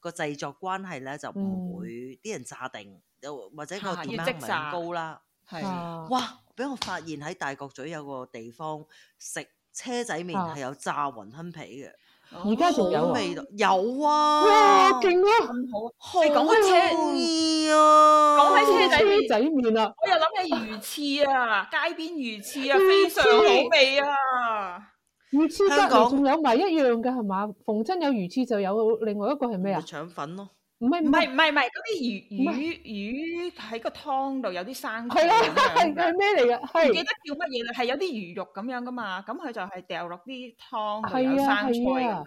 個製作關係咧，就唔會啲人炸定，又或者個
嚇
熱
要
量
即
唔係咁
炸
高啦。
À.
係
啊
哇！俾我發現喺大角咀有個地方食車仔麵
啊
係有炸雲吞皮嘅，
哦
而家仲有
好
啊
味道有啊！
哇勁啊！
咁好。
好
你講起車
中意啊！
講起車仔
車仔麵啊！
我又諗起魚翅啊，街邊魚翅啊，
魚
非
翅
常好味啊！
魚翅
香
隔離
港
仲有埋一樣㗎係嘛？逢親有魚翅就有另外一個係咩啊？
腸粉咯，
唔係
唔
唔係，
係唔係唔係，嗰啲
唔
魚魚魚喺個湯度有啲生
係啦，係
咁樣㗎
係咩嚟㗎？
唔記
係
得叫乜嘢啦，係有啲魚肉咁樣噶嘛，咁佢就係掉落啲湯度
係啊
有生菜咁
係
樣
啊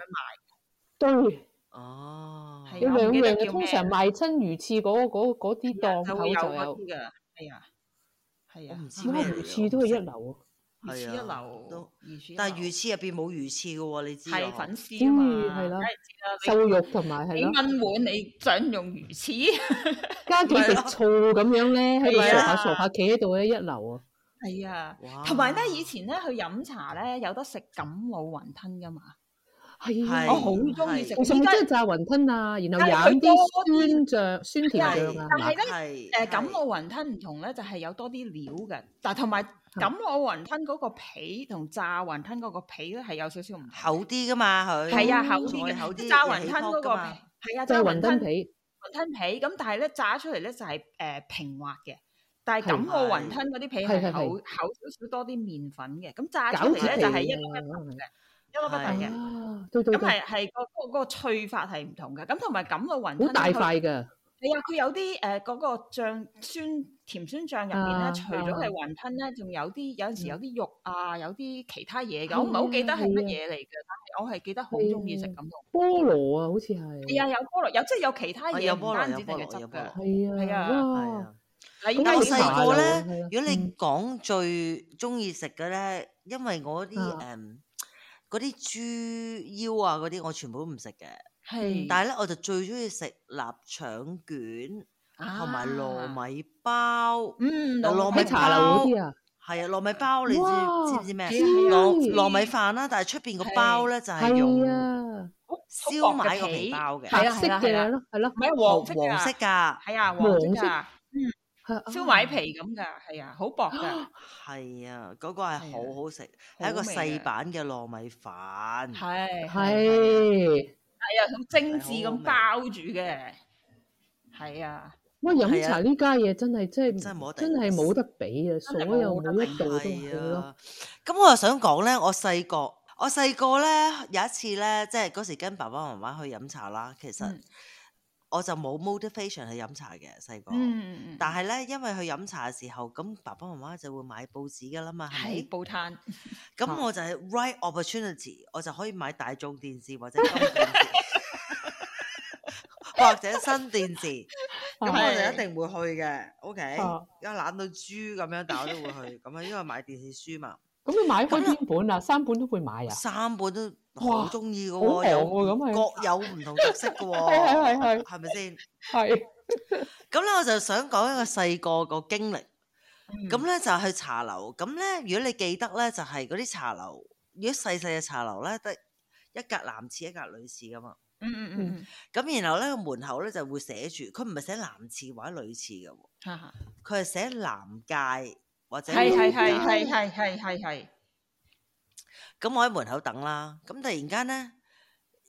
賣，
對，
哦，
係
有
啊啊
兩
唔記得
樣嘅。
叫
通
咩
常賣親魚翅嗰嗰嗰啲啊檔
就
口
會有
就
嗰
有
啲，㗎，係啊，係
我
啊
唔，知
哇！
咩嚟
魚
㗎
翅都係一流啊喎。
魚翅一
係啊
流
都，
魚翅一流，
但係魚翅入邊冇魚翅嘅喎，你知
係
啊？
粉絲啊嘛，
知嗯係啦
梗係知啦，
瘦肉同埋
你
係
幾
咯，
蚊碗你想用魚翅，
加幾食
咪咯
醋咁樣咧，喺度
係
傻下
啊
傻下企喺度咧，一流啊！
係啊，
哇
同埋咧以前咧去飲茶咧有得食錦滷雲吞噶嘛，
係
係
啊，
我好中意食
其實咪真係炸雲吞啊，然後
但係
飲
佢
啲酸醬、酸甜醬啊，係
但
嘛
係？咧
係係
誒錦滷呃雲吞唔同咧，就係、有多啲料嘅，但同埋錦滷雲吞嗰個皮同炸雲吞嗰個皮咧係有少少唔同。
厚啲噶嘛佢，
係啊，
嗯
厚啲
再
嘅，
厚
即
啲
係炸
又
雲吞
起
嗰
湯
個
㗎
皮
嘛
係啊，
就
炸
係
雲
雲
吞
吞
雲
皮，
吞皮咁，但係咧炸出嚟咧就係誒平滑嘅，但係
係
錦滷雲吞嗰啲皮
係係
係
係
厚厚少少多啲麵粉嘅，咁炸出
餃
嚟
子
咧
皮
就係一粒
啊
一粒不
係
凸嘅，
啊，對對
咁
對，
係係個嗰個脆法係唔同嘅，咁同埋錦滷雲吞
好大
呢佢
塊㗎，
係啊，佢有啲誒嗰個醬酸甜酸醬入邊
啊嗯
咧，除咗係雲吞咧，仲有啲有陣時有啲肉啊，有啲其他嘢嘅，我唔係好記得係
哦
乜嘢嚟嘅，但係我係記得好中意食咁樣。
菠蘿啊，好似
係
係，
啊，有菠蘿，有即係有其他
啊
嘢，
有
唔
菠蘿
單
有
止
菠
淨係
蘿
汁
有菠
嘅
蘿。
係
係
啊，
啊
係
哇
啊！
但係
咁
依
但
家
係
好細
我細個
好細
個
咧
係啊，
如果
嗯
你講最中意食嘅咧，因為我啲誒
啊
嗰啲豬腰啊嗰啲，我全部都唔食嘅。
係，
但係咧，我就最中意食臘腸卷
係
同埋糯，米包。
啊嗯，
有糯
喺
米
茶樓嗰啲啊，
係啊，糯米包你知
哇
知唔知咩？啊
知
嗯糯糯米飯啦，但係出邊個包咧就係
係
用
啊，
燒賣個皮包嘅，
係
白
啊
色
係啊
嘅咯，係咯
唔，係
黃
黃色㗎
黃色㗎，
係啊，
黃
黃色
色
㗎，
係啊
燒賣皮咁㗎，係啊，好薄㗎，
係啊，嗰個係
係啊
好好食，
好
係一個
味啊
細
嘅
版嘅糯米飯。
係啊
係。
係啊，咁精緻
係好好
咁
味
包住嘅，係啊，
哇！飲
係啊
茶呢家嘢真係真係
真係冇得
真係
頂
冇得比啊！所
真係
有
冇得
每一
頂
度都係
係
咯，
啊，咁我又想講咧，我細個，我細個咧有一次咧，即係嗰時跟爸爸媽媽去飲茶啦。其實
嗯
我就冇 motivation 去飲茶嘅細個，
嗯，
哦但係咧因為去飲茶嘅時候，咁爸爸媽媽就會買報紙噶啦嘛，係咪
係？報攤，
咁我就係 right opportunity，我就可以買大眾電視或者金電視， 或者新電視。
啊
咁我
係
就一定會去嘅。OK，
啊
而家懶到豬咁樣，但我都會去。咁啊，因為買電視書嘛，
咁你買開邊本啊？三本都會買啊？
三本都
哇
好中意嘅
好
喎，
平
有
喎咁係
各有唔同特色嘅喎，
係係係係
係咪先？
係
咁咧，我就想講一個細個個經歷。
嗯
咁咧就去茶樓，咁咧如果你記得咧，就係嗰啲茶樓，如果細細嘅茶樓咧，得一格男廁一格女廁噶嘛。
嗯嗯嗯嗯，
咁然後咧個門口咧就會寫住，佢唔係寫男廁或者女廁嘅喎，
哈哈，
佢係寫男界或者
係
女
係
界
係係係係係係，
咁我喺門口等啦，咁突然間咧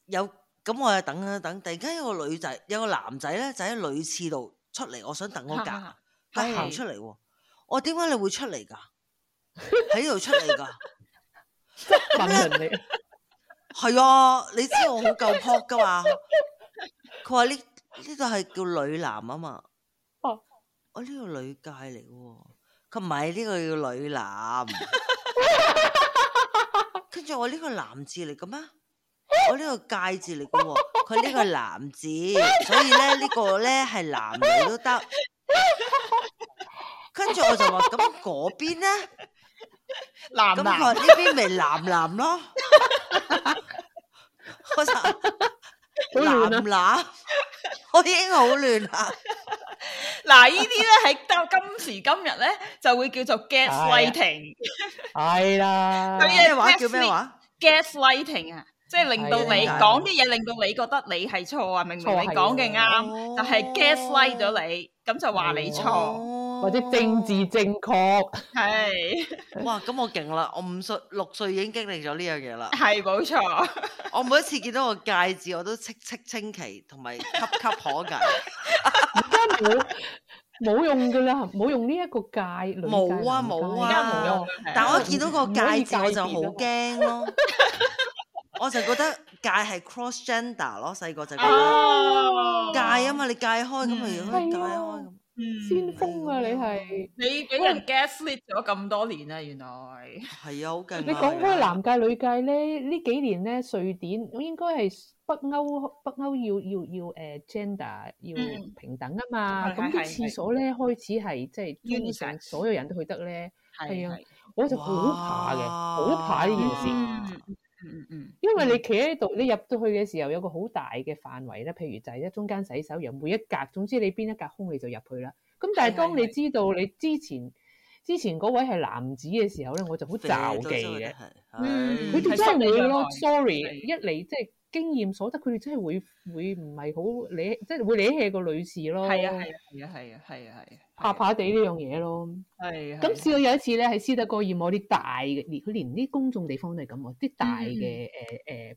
有，咁我又等啊等等，突然間有個女仔，有個男仔咧就喺女廁度出嚟，我想等我
哈
隔，
哈哎
佢
係
行出嚟喎，我點解你會出嚟㗎？喺度出嚟㗎？
問人嚟，
係啊，你知我好夠撲㗎嘛？佢話呢呢度係叫女男啊嘛，
哦
我呢個女界嚟喎，佢唔係呢個叫女男，跟住我呢個男字嚟嘅咩？我呢個界字嚟嘅喎，佢呢個男字，所以咧呢個咧係男女都得。跟住我就話咁嗰邊咧，
男
咁佢話
男
呢邊咪男男咯，我就
亂啊
男男，我已經好亂啦。
嗱，呢啲咧喺到今時今日咧就會叫做 gaslighting，
啊
係啦，
係啊
咩話叫咩話？
gaslighting 啊，即係令到
係啊
你
係啊
講啲嘢，令到你覺得你係錯啊，明明
錯
你
係
講嘅
啊
啱，但係 gaslight 咗你，咁就話你錯，
哦
或者政治正確，
係。
哇！咁我勁啦，我五歲六歲已經經歷咗呢樣嘢啦
係冇錯，
我每一次見到個戒指，我都戚戚清奇同埋岌岌可危。
而家冇冇用噶啦，冇用呢一個戒女戒
冇啊
男戒
冇
而家冇
啊
用嘅
但我一見到個
唔可
戒
以
字我就
戒別啊
好
嘛
驚咯，我就覺得戒係 cross gender 咯，細個就覺得
啊
戒啊，嘛，你戒開咁咪
嗯
可以戒
係啊
開咁。
嗯
先鋒啊！你係
你俾人 gaslit 咗咁多年啦，原來
係啊，好勁啊！
你講
係
開
啊
男界女界咧，呢幾年咧瑞典應該係北歐北歐要要要誒 gender 要
嗯
平等啊嘛，
係
咁
係
啲
係
廁所咧開始係即係基本
Unisex
上所有人都去得咧，係啊
係
我就好怕嘅，好怕呢件
係
事。
嗯嗯嗯
因為你企喺度，你入到去嘅時候有個好大嘅範圍咧，譬如就係一中間洗手，由每一格，總之你邊一格空你就入去啦。咁但
係
係當
係
你知道你之前之前嗰位係男子嘅時候咧，我就好
肥
罩
都
忌
真係
嘅。
係
嗯
佢
唉
哋真係會咯
係
，sorry，
係
一嚟即係經驗所得，佢哋真係會會唔係好理，即係會理氣個女士
嗯，
咯。
係啊係啊係啊係啊係啊係啊，
哦怕怕地呢樣嘢咯。
係啊
咁試過有一次咧，喺斯德哥爾摩啲大嘅，連佢連啲公眾地方都係咁喎，啲大
嗯嗯
嘅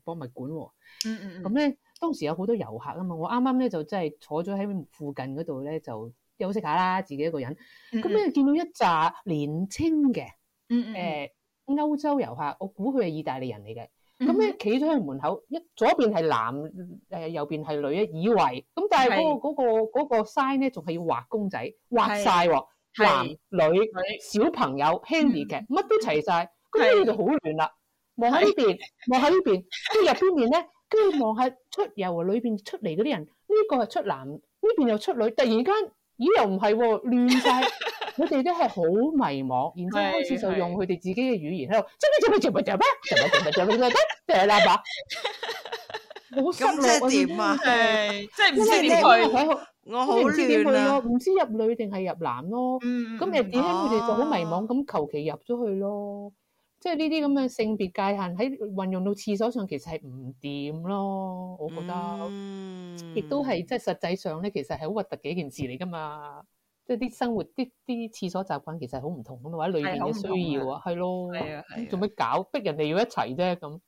誒誒博物館喎。
嗯嗯
咁咧當時有好多遊客啊嘛，我啱啱咧就真係坐咗喺附近嗰度咧就休息下啦，自己一個人。
嗯
咁咧見到一紮年青嘅
嗯嗯
誒歐洲遊客，我估佢係意大利人嚟嘅。
嗯
咁咧企咗喺門口，一左邊係男，誒右邊係女啊，以為咁，但係嗰、個嗰、個嗰、個 sign 咧，仲係要畫公仔，畫晒喎，
係
男女
係
小朋友 handicap 乜都齊晒，咁
係
呢度就好亂啦。望下呢邊，望下呢邊，跟住入邊面咧，跟住望下出由裏邊出嚟嗰啲人，呢、個係出男，呢邊又出女，突然間咦又唔係喎，亂晒。我哋都係好迷茫，然之後開始就
係係
用佢哋自己嘅語言喺度，即係咪就咪就咪就咪就咪就咪就咪就係啦吧。好失
咁即係
落
點啊？
係即係唔
因
知
為
點
佢
去，
喺
我好
好知點去
亂
咯，
啊！
唔知入女定係入男咯。
嗯
咁
嗯
你點解佢哋就好迷
哦
茫咁求其入咗去咯？即係呢啲咁嘅性別界限喺運用到廁所上，其實係唔掂咯。我覺得，
嗯
亦都係即係實際上咧，其實係好核突嘅一件事嚟噶嘛。即係啲生活啲啲廁所習慣其實係好唔同噶嘛，或者裏邊
係好唔
嘅
同
需要啊，係咯。
係啊係
咁
啊
做乜搞？逼人哋要一齊啫咁。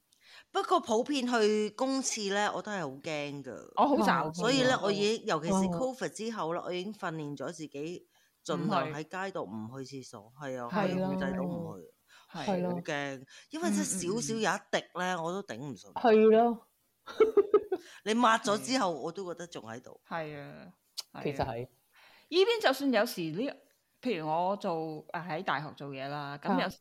不過普遍去公廁咧，我都係好驚噶。
我好
啊
罩，
所以咧，我已經尤其是
哦
Covid 之後咧，我已經訓練咗自己，盡量喺街度唔去廁所。係啊，可以
係啦
控制到唔去，
係
好
咯嗯
驚。因為即係少少有一滴咧，我都頂唔順。
係嗯咯，
你抹咗之後，我都覺得仲喺度。
係啊，係啊
其實係
呢邊就算有時呢，譬如我做誒喺大學做嘢啦，咁
啊
有時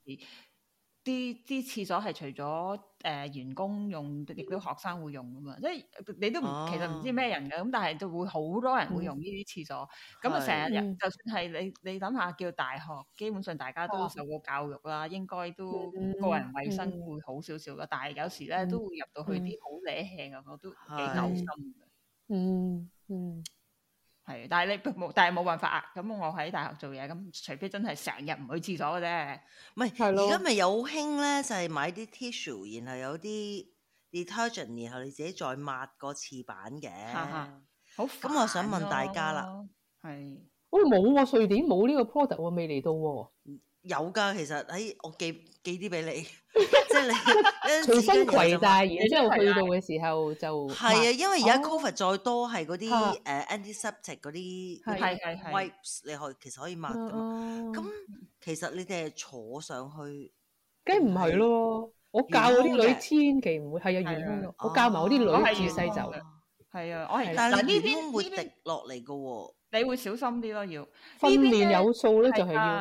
啲啲廁所係除咗誒、呃員工用，亦都學生會用噶嘛，即係你都唔、
哦
其實唔知咩人嘅，咁但係就會好多人會用呢啲廁所，咁啊
係
成日
嗯
就算係你你諗下叫大學，基本上大家都
啊
受過教育啦，應該都
嗯
個人衞生
嗯
會好少少啦，但係有時咧
嗯
都會入到去
嗯
啲好瀨氣嘅，我都幾
係
嘔心嘅。
嗯嗯。
係，但係你冇，但係冇辦法啊！咁我喺大學做嘢，咁除非真係成日唔去廁所嘅啫。
唔係，
係咯
而家咪有好興咧，就係、買啲 tissue，然後有啲 detergent，然後你自己再抹個廁板嘅。
哈哈好，
咁我想問大家啦，
係
喂，冇喎，瑞典冇呢個 product 喎，未嚟到喎。
有㗎，其實喺我寄寄啲俾 你，即係
啊
你
隨身攜帶，
就
然之後去到嘅時候就
係啊，因為而家
哦
covid 再多係嗰
啊
啲誒 antiseptic 嗰啲
係
嗰啲
係係係，
wipes，你可以其實可以抹
嗯
㗎嘛。啊咁、
咁
其實你哋係坐上去，
梗係唔係咯？我教嗰啲女千祈唔會係啊，
係啊
元兇我教埋我啲
哦
我係
女自
元
細
兇
就
嘅係啊，我係
但
嗱
係
呢
你員
邊
工會
呢邊
滴落嚟㗎喎。
你會小心啲咯，要呢
訓
邊
練有素咧，就係
啊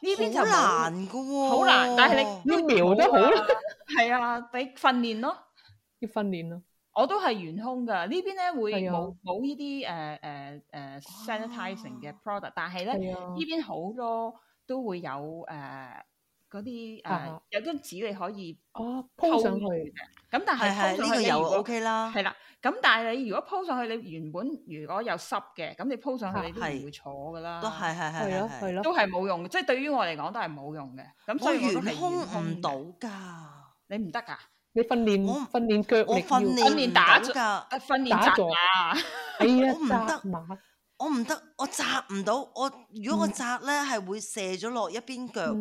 要
呢邊就
好
冇
難噶喎，
好難，但係你
要瞄得好
啊
啦，
係啊，你訓練咯。
要訓練咯。
我都係元兇㗎，呢邊咧會
係啊
冇冇呢啲誒誒誒 sanitising 嘅 product，但係咧
係啊
呢邊好多都會有誒嗰啲
啊
誒
哈
有張紙你可以
哦，鋪上去
嘅，咁但
係係
係鋪上
呢
去
個
你
有
如果
OK 啦。
係啦，咁但係你如果鋪上去，你原本如果有濕嘅，咁你鋪上去
啊
你都
係
唔會坐㗎啦，
都係
係
係係係
咯
係啊
係咯，
都啊係冇用嘅，即係對於我嚟講都係冇用嘅，咁
我
所以
完
我都係
空
元
唔
兇
到
嘅，
㗎，
你唔得啊㗎，
你訓練
我
訓練腳
我訓
力要，
訓
練
練
唔
打
到
坐
㗎，
啊訓練
打
習
坐
啊，
係啊，
我唔得
扎馬
我唔得，我扎唔到。我如
嗯
果我扎咧，係會射咗落一邊腳，成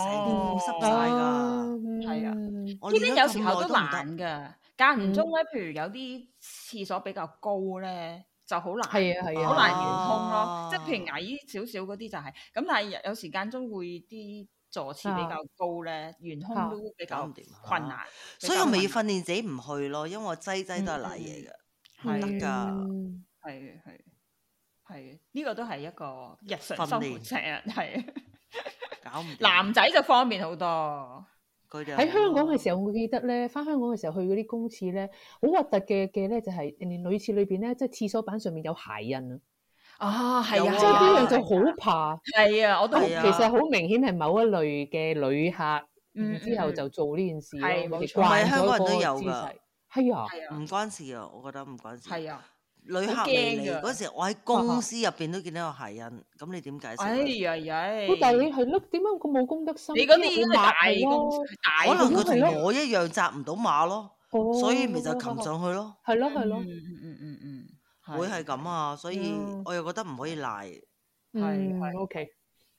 嗯
個濕晒
啊
㗎。，
係啊
嗯
我
哦呢
練
邊
咗
有
咁
時
耐都
候
唔
都
得。
難㗎，間唔中咧，譬如有啲廁所比較高咧，就好難。
係啊係
好
啊
難圓通
啊
咯。即係譬如矮少少嗰啲就係，咁但係有有時間中會啲座次比較高咧，圓通
啊
都比
搞
較
唔掂啊
困難。
所以我咪要訓練自己唔去咯，因為我擠擠都係賴
嗯
嘢嘅。
係
得㗎
嗯
係係係，呢個都係一個日常
訓
生活
練
成日係。
搞唔掂
男仔就方便好多，
佢哋
喺香港嘅時候，我記得咧，翻香港嘅時候去嗰啲公廁咧，好核突嘅嘅咧，就係連女廁裏邊咧，即係廁所板上面有鞋印啊，
啊，
有
係啊，
即係呢樣
係
就好怕。
係啊，我都
係啊
其實好明顯係某一類嘅旅客，
嗯
然之後就做呢件事咯，佢哋
係冇錯唔
係
慣
香
咗
港人都
嗰
有
個姿
㗎
勢。係啊，
係啊，
唔關事啊，我覺得唔關事。
係啊，
旅客
好
嚟
驚
嚟
㗎啊
嗰時，我喺公司入邊都見到有鞋印，咁你點解釋啊
哎
呢？
呀呀，
喂但係你係咯，點解咁冇公德心？
你嗰啲已經係
抹
大公司大
可能
公
佢
司
係
同
咯
我一樣扎唔到馬咯，所以咪就
哦
擒上去咯，
係咯係咯
嗯，嗯嗯嗯嗯嗯，
會係咁啊。所以
嗯
我又覺得唔可以賴。
係
嗯
係
OK，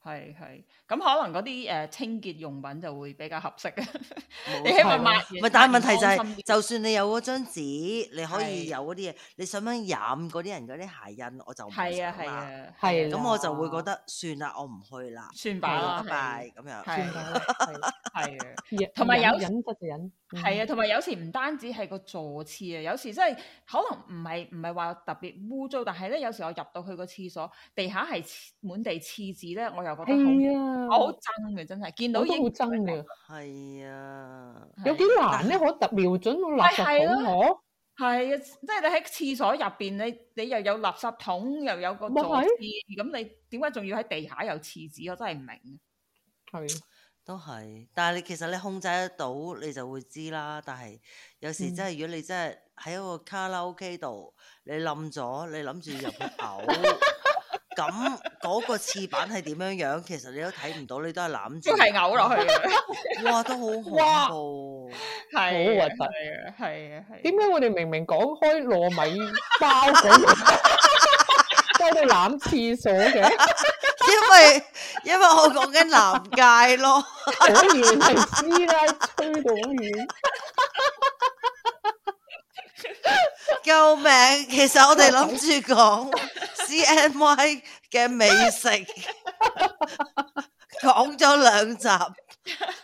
係，係係，咁可能嗰啲誒清潔用品就會比較合適啊。你
冇
希
錯
望買
咪但係問題就
安
係、
心啲
就算你有嗰張紙，你可以
係
有嗰啲嘢，你想唔想飲嗰啲人嗰啲鞋印，我就唔
係啊
想
係
啦。
啊，
係啦
咁我就會覺得算啦，我唔去啦，
算
係
吧
啦
啦，
拜拜咁樣。
係
算啦 係
係啊。
忍
同埋有
忍得就忍，嗯
係啊，同埋有時唔單止係個座廁啊，有時真係可能唔係唔係話特別污糟，但係咧有時我入到去個廁所，地下係黐滿地廁紙咧，我又覺得
係啊，
好我好憎嘅，真係見到
我
已
都好
經
憎嘅，
係啊，
係
有幾難咧？可達瞄準個垃圾
係
桶我，
係啊，即係你喺廁所入邊，你你又有垃圾桶，又有個
咪
座
係
廁，咁你點解仲要喺地下有廁紙？我真係唔明。
係
都係。但係你其實你控制得到，你就會知啦。但係有時真係，如果你真係喺一個卡拉 OK 度，你冧咗，你諗住入去嘔。咁嗰個廁板係點樣樣？其實你都睇唔到，你都係攬住，
都係嘔落去啊 嘅，
哇，都好恐怖。
係啊
好核突
係啊係啊係啊。
點解我哋明明講開糯米包 嗰我哋攬廁所嘅，
因為因為我講緊男界咯，
果然係知啦，吹到咁遠，
救命！其實我哋諗住講 CNY 嘅美食，講咗兩集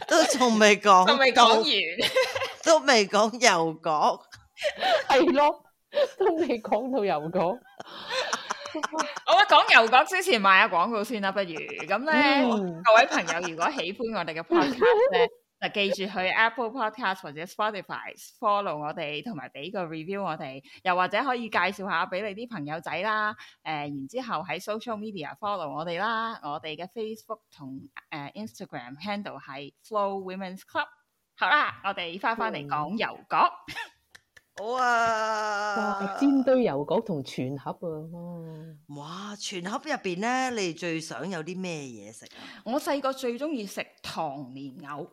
都仲未講，
仲未講，完？
都未講又講，
係咯，都未講到又講，
好啊，講油角之前賣下廣告先啦，不如咁咧，
嗯
各位朋友如果喜歡我哋嘅 podcast 咧，就記住去 Apple Podcast 或者 Spotify follow 我哋，同埋俾個 review 我哋，又或者可以介紹下俾你啲朋友仔啦。誒、然之後喺 social media follow 我哋啦，我哋嘅 Facebook 同誒、Instagram handle 係 Flow Women's Club。好啦，我哋翻翻嚟
嗯
講油角，
好啊
哇！！煎堆油角同全盒啊，哇
哇！全盒入邊咧，你哋最想有啲咩嘢食啊？
我細個最中意食糖蓮藕，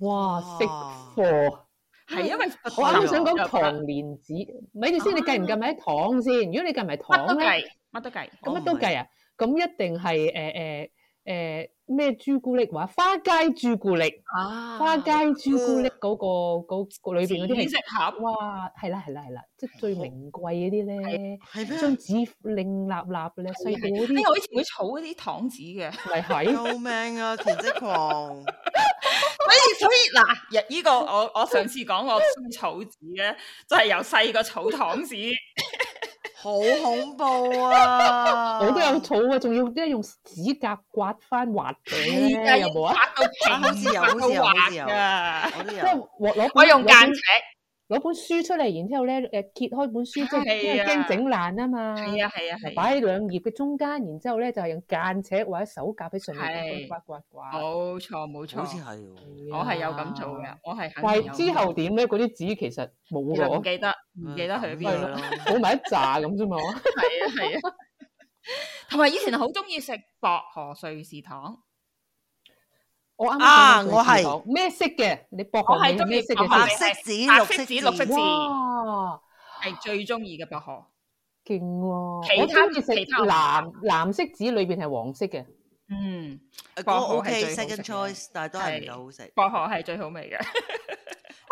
哇，食
哇
貨。
係因為
嗯我啱啱想
佛
講
教
糖蓮子，咪住先，你計唔計埋啲糖先？如果你計埋
乜
糖
都
咧，
計，乜都計。
咁乜都計啊？咁一定係誒誒誒咩朱古力話花街朱古力，
啊
花街朱古力嗰個嗰個裏邊嗰啲
紫色
係
盒，
哇，係啦係啦係啦，即係最名貴嗰啲咧，
係
張
咩？
紙令立立咧，細個嗰
呢
啲
我以前會儲嗰啲糖紙嘅，
咪係
救命啊！田積狂。
所以所以嗱，日呢個我我上次講我中意儲紙咧，就係由細個儲糖紙，
好恐怖
哎
啊！
我都有儲啊，仲要即係用指甲刮翻滑餅
係啊
咧，有冇啊？
刮到平，
好似有
刮
好似有好
到滑
似有
噶。
我都
即
有。
係攞攞
啊我用
攞本
間尺，
攞本書出嚟，然之後咧誒揭開本書，即係因為
係啊
驚整爛啊嘛。
係啊係啊
就
係啊，
擺喺兩頁嘅中間，然之後咧就係用間尺或者手夾喺上面
係
刮刮刮。
冇錯冇錯
好，似係喎，
係啊
我係有咁做嘅，，我係肯
但
定
係
有咁
之後
做
點咧？啊嗰啲紙其實冇
其實唔
咗，
記得唔記得去邊
係
啦。
嗯咯，
冇埋一紮咁啫 嘛。
係啊係啊，同埋以前好中意食薄荷瑞士糖，
我啱啱
啊
講到
我係
最後咩色嘅？你薄荷
我係
味
中
咩
意
色
白
嘅
白
先？
色紙、
白
綠
色
色
紙
紙、
綠色紙
哇！
係最中意嘅薄荷。
勁喎！我
其他
中意食
其他
藍藍色紙，裏邊係黃色嘅。
嗯，
嗰個
薄荷
OK
係最好
second
食嘅
choice，但係都係唔
係
夠好食。
薄荷係最好味嘅，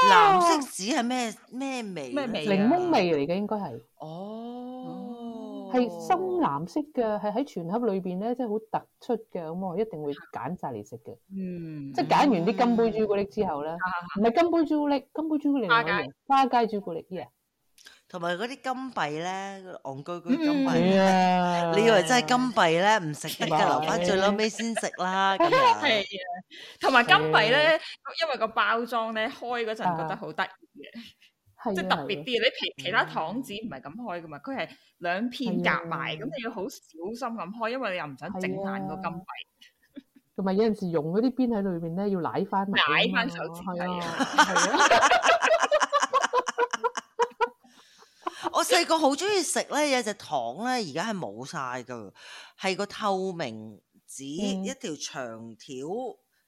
藍色紙係咩咩味咧？
咩味啊
檸檬味嚟嘅應該係，
哦，
哦
係深藍色嘅，係喺全盒裏邊咧，即係好突出嘅，咁我一定會揀晒嚟食嘅。
嗯，
即係揀完啲金杯朱古力之後咧，唔係金杯朱古力，金杯朱古力
花街
兩樣花街朱古力，yeah，
同埋嗰啲金幣咧，昂居
嗯
居金幣，
啊
你以為真係金幣咧唔食得㗎，留翻最撈尾先食 啦咁
係
樣。
啊，同埋金幣咧，因為個包裝咧開嗰陣覺得好得意嘅，
係
啊即係啊特別
啲，
啲。你
嗯
其其他糖紙唔係咁開噶嘛，佢係兩片夾
係
埋，
啊
咁你要好小心咁開，因為你又唔想整爛個金幣。
同埋有陣時用嗰啲邊喺裏邊咧，要舐翻埋啊嘛，
舐返手指
係
係
啊， 係啊，
我細個好中意食咧，有隻糖咧，而家係冇晒㗎，係個透明紙
嗯
一條長條，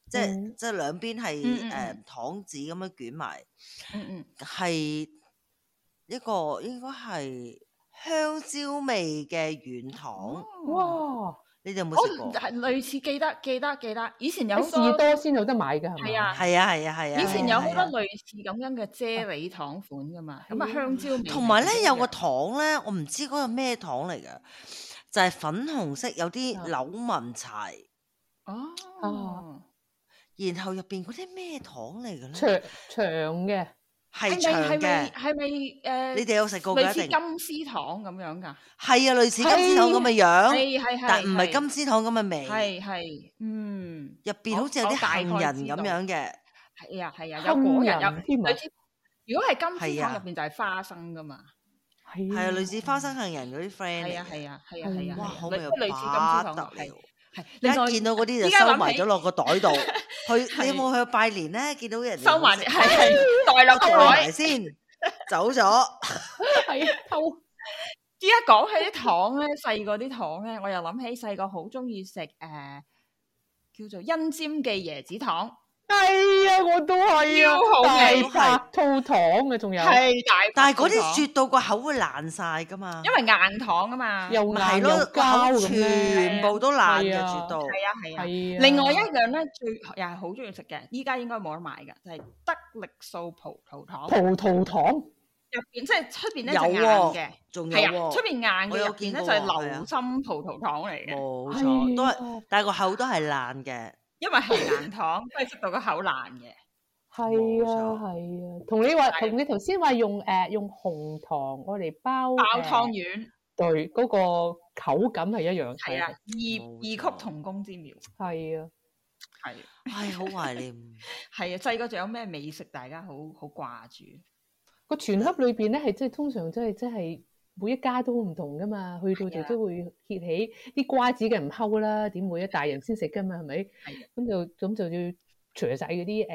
即係
嗯
即係兩邊
嗯嗯
係誒
嗯
糖紙咁樣捲埋，
嗯嗯，
係一個應該係香蕉味嘅軟糖，
哇！
哇！
你哋有冇
我
哦食過？
哦係類似記得記得記得，以前有
喺
好多
士多先有得買嘅係咪？
係啊哦
係啊係啊係啊！
以前
係
有
啊
好
係啊
多類似咁樣嘅啫喱糖款噶嘛，咁啊香蕉味。
同埋咧有個糖咧，我唔知嗰個咩糖嚟嘅，就係、粉紅色有啲
啊
柳紋柴，
哦，
然後入邊嗰啲咩糖嚟嘅
長
咧？
長嘅，
係長
係咪係咪
嘅，
係咪呃誒？
你哋有食過
類
嘅一
似
定係啊，
金絲糖咁樣㗎？
類似金絲糖咁嘅樣，
係係係，
但唔係
係
金絲糖咁嘅味，
係係，嗯，
入邊好似有
我我大
啲
概
杏仁
知道
咁樣嘅，
係啊係啊，有
杏
果仁有
仁添啊
類，似。如果係金絲
係
糖
啊
入邊就係花生㗎嘛，
係
係啊，類似花生杏仁嗰啲 friend
係
嚟
啊
嘅。
係啊係啊係啊，
哇，好味到
類類似金絲
不
糖
得
係
了！
係，另外
一見到嗰啲就
依家諗
收埋
起
咗落個袋 度。去你有
係
冇去拜年咧？見到人哋
收埋
好食
係係袋落
收
個袋
埋。先，走 咗。
係啊偷
依家講起啲糖咧，細個啲糖咧，我又諗起細個好中意食誒叫做恩尖嘅椰子糖，
係啊，我都係
超好味
啊，大白兔糖啊，仲有
係大
但係嗰啲
雪，
啜到個口會爛晒噶嘛，
因為硬糖啊嘛，
又
咪係
硬又
咯，個
膠
口
咁咧，
全部都爛嘅
係啊
啜到，
係啊係啊。
係啊。
另外一樣咧，最又係好中意食嘅，依家應該冇得買嘅，就係、德力素葡萄糖，
葡萄糖
入邊即係出邊咧
有
就硬
喎
嘅，
仲有
係啊，出
喎，
邊硬嘅，
我有
入邊咧
見
就
過
係
喎係啊
流心葡萄糖嚟嘅，
冇
係
錯，都係，
啊
但係個口都係爛嘅，
因為係硬糖，所以食到個口爛 嘅。
係啊
冇錯
係啊，同你話
係
同你頭先話用誒用紅糖我嚟包
爆
誒
湯圓
對嗰個口感係一樣，
係啊，
冇
異異
錯
曲同工之妙。
係啊，
係
唉，好懷念。
係啊，細個仲有咩美食大家好好掛住？
個全盒裏邊咧係即係通常即係即係每一家都好唔同噶嘛，去到
係
就
啊
都會揭起啲瓜子嘅唔睺啦，點會一大人先食噶嘛係咪？咁就咁就要除晒嗰啲誒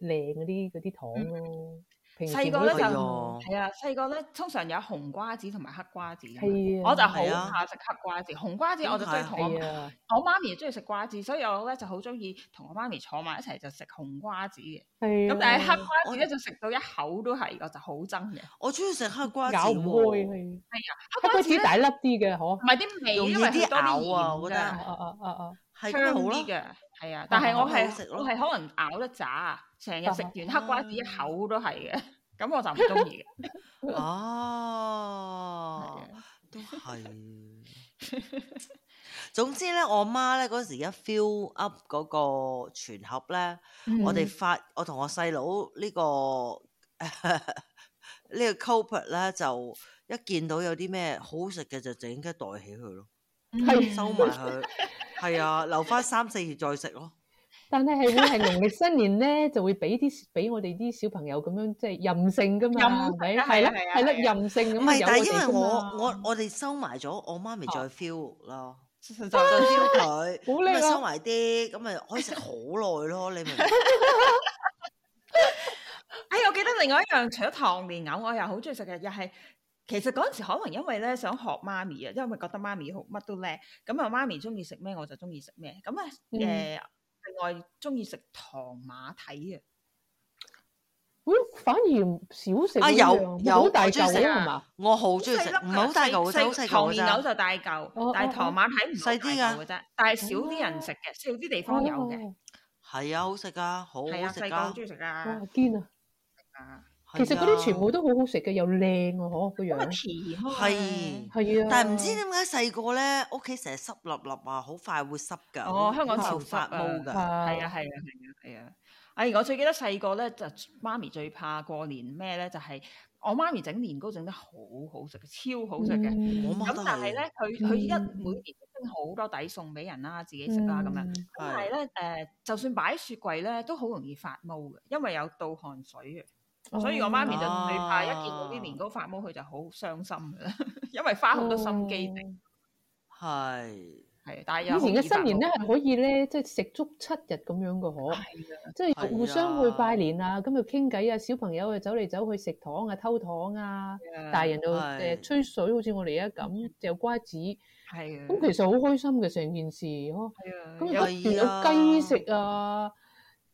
靚嗰啲嗰啲糖咯。平時
細個
冇
咧
得食
哎
就
呀，
係啊，細個咧通常有紅瓜子同埋黑瓜子㗎嘛。
係啊，
我就好
係啊
怕食黑瓜子，紅瓜子我就中意同我
係啊，
我媽咪中意食瓜子，所以我咧就好中意同我媽咪坐埋一齊就食紅瓜子嘅。
係啊
咁但係黑瓜
我
子咧就食到一口都係，我就好憎嘅。
我中意食黑瓜子
咬唔開
喎，
係啊，
黑
黑
瓜
瓜子
子咧
大粒啲嘅嗬
唔。係啲味，
容易
因為佢
啲
多啲
咬啊我覺得
啊
鹽
啊啊啊！
係咁
㗎，香
咪好
啲
咯，哦
嘅，係啊。但係我
好食
係
咯哦
我係可能咬得渣啊，成日食完黑瓜子一口都係嘅，咁我就唔中意嘅。
哦
係啊。
都係。總之咧，我媽咧嗰時一 fill up 嗰個全盒咧，我
嗯
哋發我同我細佬呢個 呢個 culprit 咧，就一見到有啲咩好食嘅就整一袋起佢咯，
嗯
係
收埋佢，係啊，留翻三四月再食咯。
但係係會係農曆新年咧，就會俾啲俾我哋啲小朋友咁樣即係任性噶嘛，
任
係咪？
係啊
係啦，
係啊
係啦，
係啊
任性咁
唔係，
有
但係
我
因為
哋㗎
我
嘛啊
我我哋收埋咗，我媽咪再 fill 咯，
就
再 fill 佢，
好
咁
叻
咪
啊
收埋啲，咁咪可以食好耐咯，你明唔明？
哎，我記得另外一樣，除咗糖蓮藕，我又好中意食嘅，又係其實嗰陣時可能因為咧想學媽咪啊，因為覺得媽咪好乜都叻，咁啊媽咪中意食咩我就中意食咩，咁啊誒
嗯
另外中意食糖馬蹄啊，
咦反而少食
啊
呢
有
樣
有
好大
我中意食
嚿啊係嘛？
我好中意食，
細粒
唔係
㗎
好大嚿嘅
細
啫，好
細
細
糖
嚿嘅
蓮藕
啫。
就大嚿，
哦
但
哦
係糖馬蹄唔
細
細
啲
啲
㗎
嘅啫，但係少啲人食嘅，少啲地方有嘅，
哦，
係啊，好食噶，好
係啊
好食
細個好
噶
中，意食
哇
啊，
堅啊！
啊
其實嗰啲全部都好好食嘅，又靚啊，嗬個
因為
樣。
甜啊嘛
係。
係啊，
但係唔知點解細個咧，屋企成日濕立立啊，好快會濕㗎。
哦香港潮
潮
濕
發毛
啊
係
㗎。
係啊，係啊，係啊，係啊。哎，我最記得細個咧，就媽咪最怕過年咩咧，就係、我媽咪整年糕整得好好食，超好食嘅。
嗯
我媽
咁、但係咧，佢佢一
嗯
每年都蒸好多底餸俾人啦，自己食啦咁樣。咁
嗯
但係咧，誒、就算擺喺雪櫃咧，都好容易發毛嘅，因為有倒汗水嘅。
哦
所以我媽咪就最怕一見到啲年糕發毛，佢就好傷心嘅， 因為花好多心機整。
係。
係，啊但係
哦以
又好
前嘅
易發
新年咧
毛
係可以咧，即係食足七日咁樣嘅嗬，
係啊
即係
係
互相去
啊
拜年啊，咁又傾偈啊，小朋友啊走嚟走去食糖啊、偷糖啊，
係啊
大人就
係
誒吹水，好似我哋而家咁掉瓜子，咁
係啊，
其實好開心嘅成件事嗬。
係啊
咁
有
不
係
斷有雞食啊，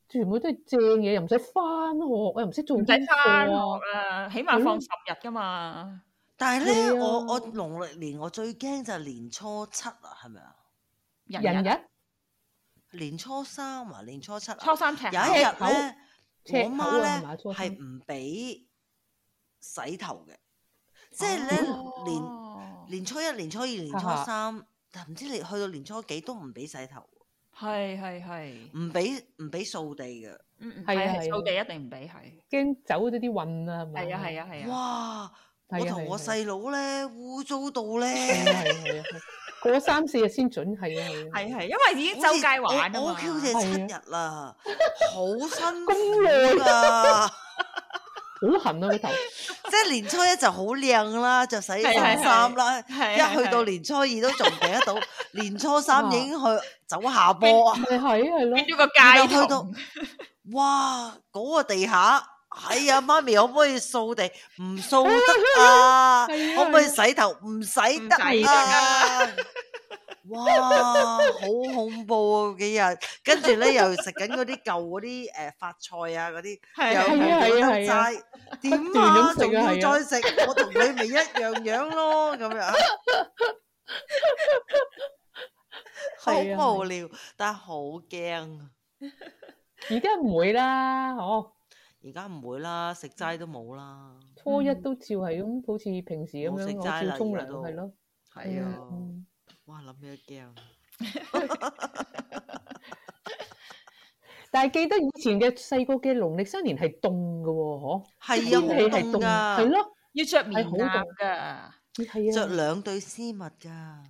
全部都係正嘢，又唔使翻學，又唔使做
唔
功
使翻
課啊。
學啊，起碼放十日噶嘛。
但係咧，
係啊
我我農曆年我最驚就係年初七啊，係咪啊？
人
人日
年初三啊，年初七啊。
初三赤
有
口
一日咧，
赤
我
口啊
媽
係嘛
咧
初三
係唔俾洗頭嘅，即係咧年年初一、年初二、年初
哈哈
三，但唔知你去到年初幾都唔俾洗頭，
係係係，
唔俾唔俾掃地嘅。
嗯
係啊係
係
啊
掃地一定唔俾係。
驚走咗啲運啊，係咪？
係啊係啊係啊，
哇！
係啊，
我同我
係啊
細佬咧污糟到
係啊
咧，
係啊係啊，過咗三四日先準，係啊係啊，
係係，因為已經周街玩啊
我
嘛
我。Q 你七
係
日啦，好辛苦啊
咁耐
㗎。
好痕啊個頭，
即係年初一就好靚啦，就洗
係係
新衫啦。
係
一去到，年初二都仲頂得 到，年初三已經去走下坡啊！
咪係啊係咯
變，咗個
然
街
後去到
童，
哇，嗰、個地下，哎呀，媽咪可唔可以掃地？唔掃得 啊！
係啊
可唔可以洗頭？唔洗得
唔洗得
啊
啊！
哇，好恐怖啊！幾日，跟住咧又食緊嗰啲舊嗰啲誒發菜啊嗰啲。
係
又
係
係
啊
冇
係啊
得
係啊
齋，點
不斷咁食啊
啊？仲要
係啊
再食，我同你咪一樣樣咯，咁 樣。
係啊
好無聊，但係好驚。啊
而家唔會啦，哦，
而家唔會啦，食
嗯
齋都冇啦。
初一都照係咁，好似平時咁
嗯冇食
樣，
齋
我
啦
照沖涼
而家都
係咯，
係啊，
嗯
哇！諗起都驚。
但係記得以前嘅細個嘅農曆新年係凍嘅喎，嗬，
係
天氣係凍，
啊，好
係
凍㗎，
咯，
要着棉
係好
衲
凍
噶。
咦係啊，
着兩對絲襪㗎。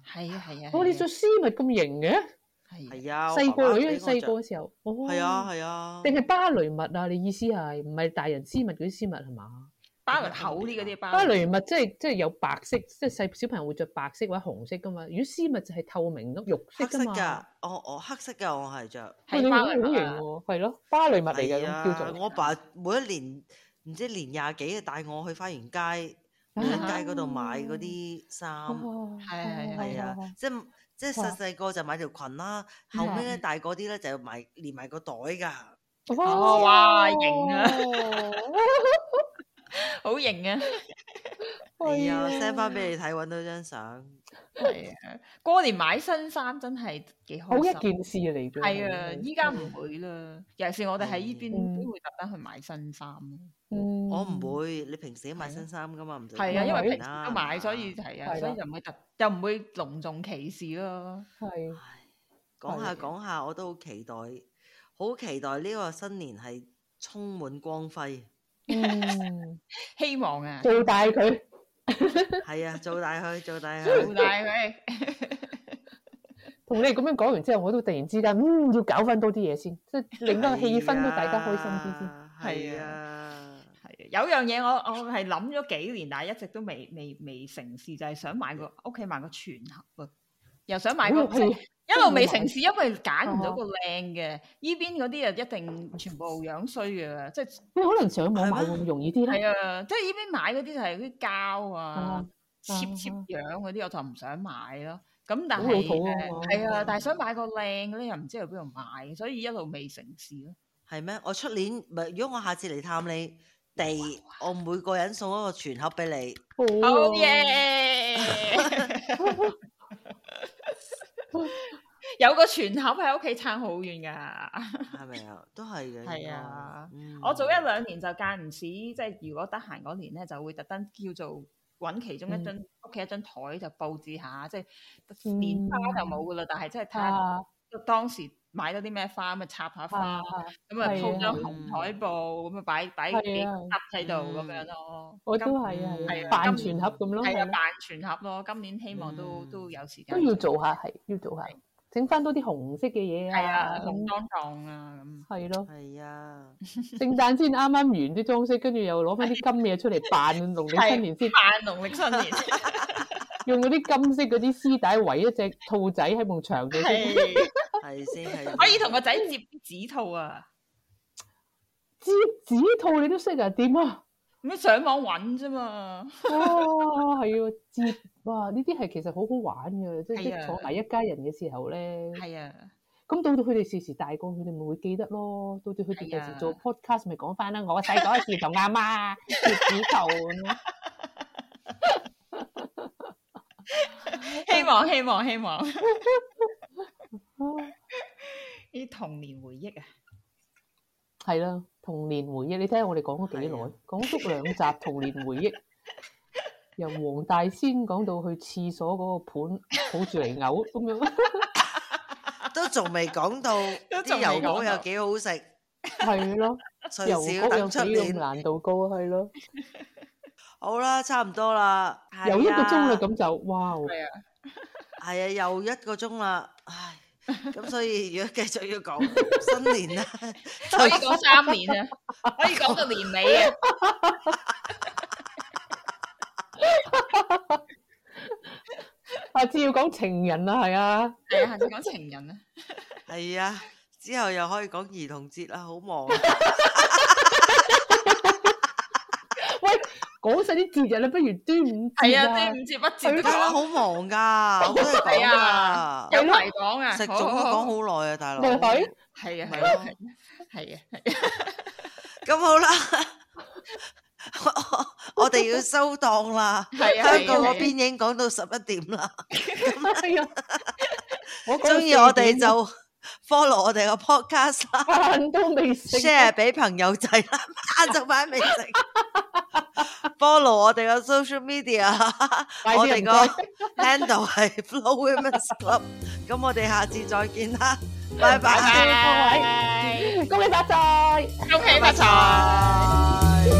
係啊係啊，
我哋着絲襪咁型嘅，
係
係啊，
細個女
女
細個嘅時候，哦，
係啊，係啊，
定係芭蕾襪啊？你意思係唔係大人絲襪嗰啲絲襪係嘛？
芭蕾厚啲嗰啲
啊
芭
芭蕾襪即係即係有白色，即係細小朋友會着白色或者紅色噶嘛。如果絲襪就係透明咁肉色
黑色
噶
㗎
嘛。，
我我黑色㗎，我係着。
喂你
係芭蕾
好型
襪啊
喎，係咯，芭蕾襪嚟
係
嘅
啊，
咁叫做。
我爸每一年唔知年廿幾啊，帶我去花園街、
啊
花
Ờ
園街嗰度買嗰啲衫，
係係
係啊，即係即係細細個就買條裙啦，後尾咧大個啲咧就買連埋個袋㗎，
哦哇型啊好型啊！
係啊，send 翻俾你睇，揾到張相，
係啊，過年買新衫真係幾
好
開
一
心。
件事嚟嘅。
係啊，依家唔會啦，尤其是我哋喺呢邊
嗯
邊會特登去買新衫咯。
嗯
我唔。會，你平時都買新衫㗎嘛，唔使
係啊，因為
係
平時都買，所以係啊，
係
所以
啦
就唔會特又唔會隆重歧視咯。
係
講下
係
講下，我都好期待，好期待呢個新年係充滿光 輝，
嗯，
希望啊，
最大佢。
係啊，做大佢，做大
做
佢。
大佢。
同你哋咁樣講完之後，我都突然之間，嗯，要搞翻多啲嘢先，即係令到個氣氛都大家開心
à.
啲先。
啲
係
係
啊
啊，
係啊，有樣嘢我我係諗咗幾年，但係一直都未未未成事，就係想買個屋企買個全盒啊，又想買個
哦係
一路未成事，因為揀
哦
唔到個靚嘅，依邊嗰啲啊一定全部樣衰嘅，即係
你可能上網買
係咩
會唔容易啲咧？
係啊，即係依邊買嗰啲就係啲膠啊
啊、
切切樣嗰啲，我就唔想買咯。咁但
好老
係
土啊
誒係啊，但係想買個靚嗰啲又唔知去邊度買，所以一路未成事啊咯。
係咩？我出年咪如果我下次嚟探你哋，我每個人送一個全盒俾你。
好
好
嘢！
嘢！有個全盒喺屋企撐好遠㗎。
嗯
係咪啊？都係嘅。
係
應該
啊，
嗯
我早一兩年就間唔時，即係如果得閒嗰年咧，就會特登叫做揾其中一
嗯
張屋企一張台就佈置下，即係蓮花就冇噶啦，但係即係睇下
啊
當時買咗啲咩花，咪插下花
啊，，
咁
係
啊
啊
鋪張紅海報，咁啊擺擺幾
係啊
沓喺度咁樣咯。
我都
今
係啊係
係
啊，
啊
扮
今
全盒咁咯，
係啊，
係咯
扮全盒咯。今年希望都
嗯
都有時間
都要做下，啊係要做下，整翻多啲紅色嘅嘢
係啊，
啊，
紅當當啊咁。
係咯。
係啊，
聖誕先啱啱完啲裝飾，跟住又攞翻啲金嘢出嚟扮農 曆新年先，
扮農曆新年。
用嗰啲金色嗰啲絲帶圍一隻兔仔喺埲牆度先。
係
係先係。
可以同個仔接啲指套啊！
折紙兔你都識啊？點啊？
咁樣上網揾啫嘛，
哇，係啊，折哇！呢啲係其實好好玩嘅，即係
係
一
啊
坐埋一家人嘅時候咧。
係啊，
咁到到佢哋時時大個，佢哋咪會記得咯。到到佢哋
係
第
啊
時做 podcast 咪講翻啦。我細個嗰時同阿媽折紙兔 咁咯。
希望希望希望呢啲童年回憶啊，
係啦，童年回憶，你睇下我哋講咗幾耐
係啊，
講足兩集童年回憶，由黃大仙講到去廁所嗰個盤抱住嚟嘔咁 樣，
都仲未講 到啲
仲未
油
講
果
到
有幾好食，
係咯，郵
隨時要
局有
等出
幾咁
年。
難度高，係咯，
好啦，差唔多啦。係
有一個鐘啦
啊
咁就，哇！
係啊，
係啊，又一個鐘啦，唉， 咁所以如果繼續要講新年啊咧，
可以講三年啊，可以講到年尾啊，
下次要講情人啦，係啊，
係啊，下次講情人啊，
係啊，之後又可以講兒童節啦，好忙啊。
喂，講晒啲節日啦，不如端午
係
節
啊，端
啊
午，節不節
係
都
大家
講，
好忙噶，好多嘢講
係啊
噶，
有排講啊，
食
好
粽都
好好
講好耐啊，大
你
佬。
去
係啊
咪
係
咯
啊係啊，
咁好啦， 我我哋要收檔啦。
係啊
香港
係啊
嗰邊已經講到十一點啦。
係啊，我講
中意我
四
哋
點
就 follow 我哋個 podcast 啦
飯都未食
，share 俾朋友仔啦， 晏晝晚未食 ，follow 我哋個 social media，
快啲
我哋
唔
個 handle 係 Flow Women's Club，咁我哋下次再見啦，拜拜。
拜拜，
恭喜發財。
恭喜發財。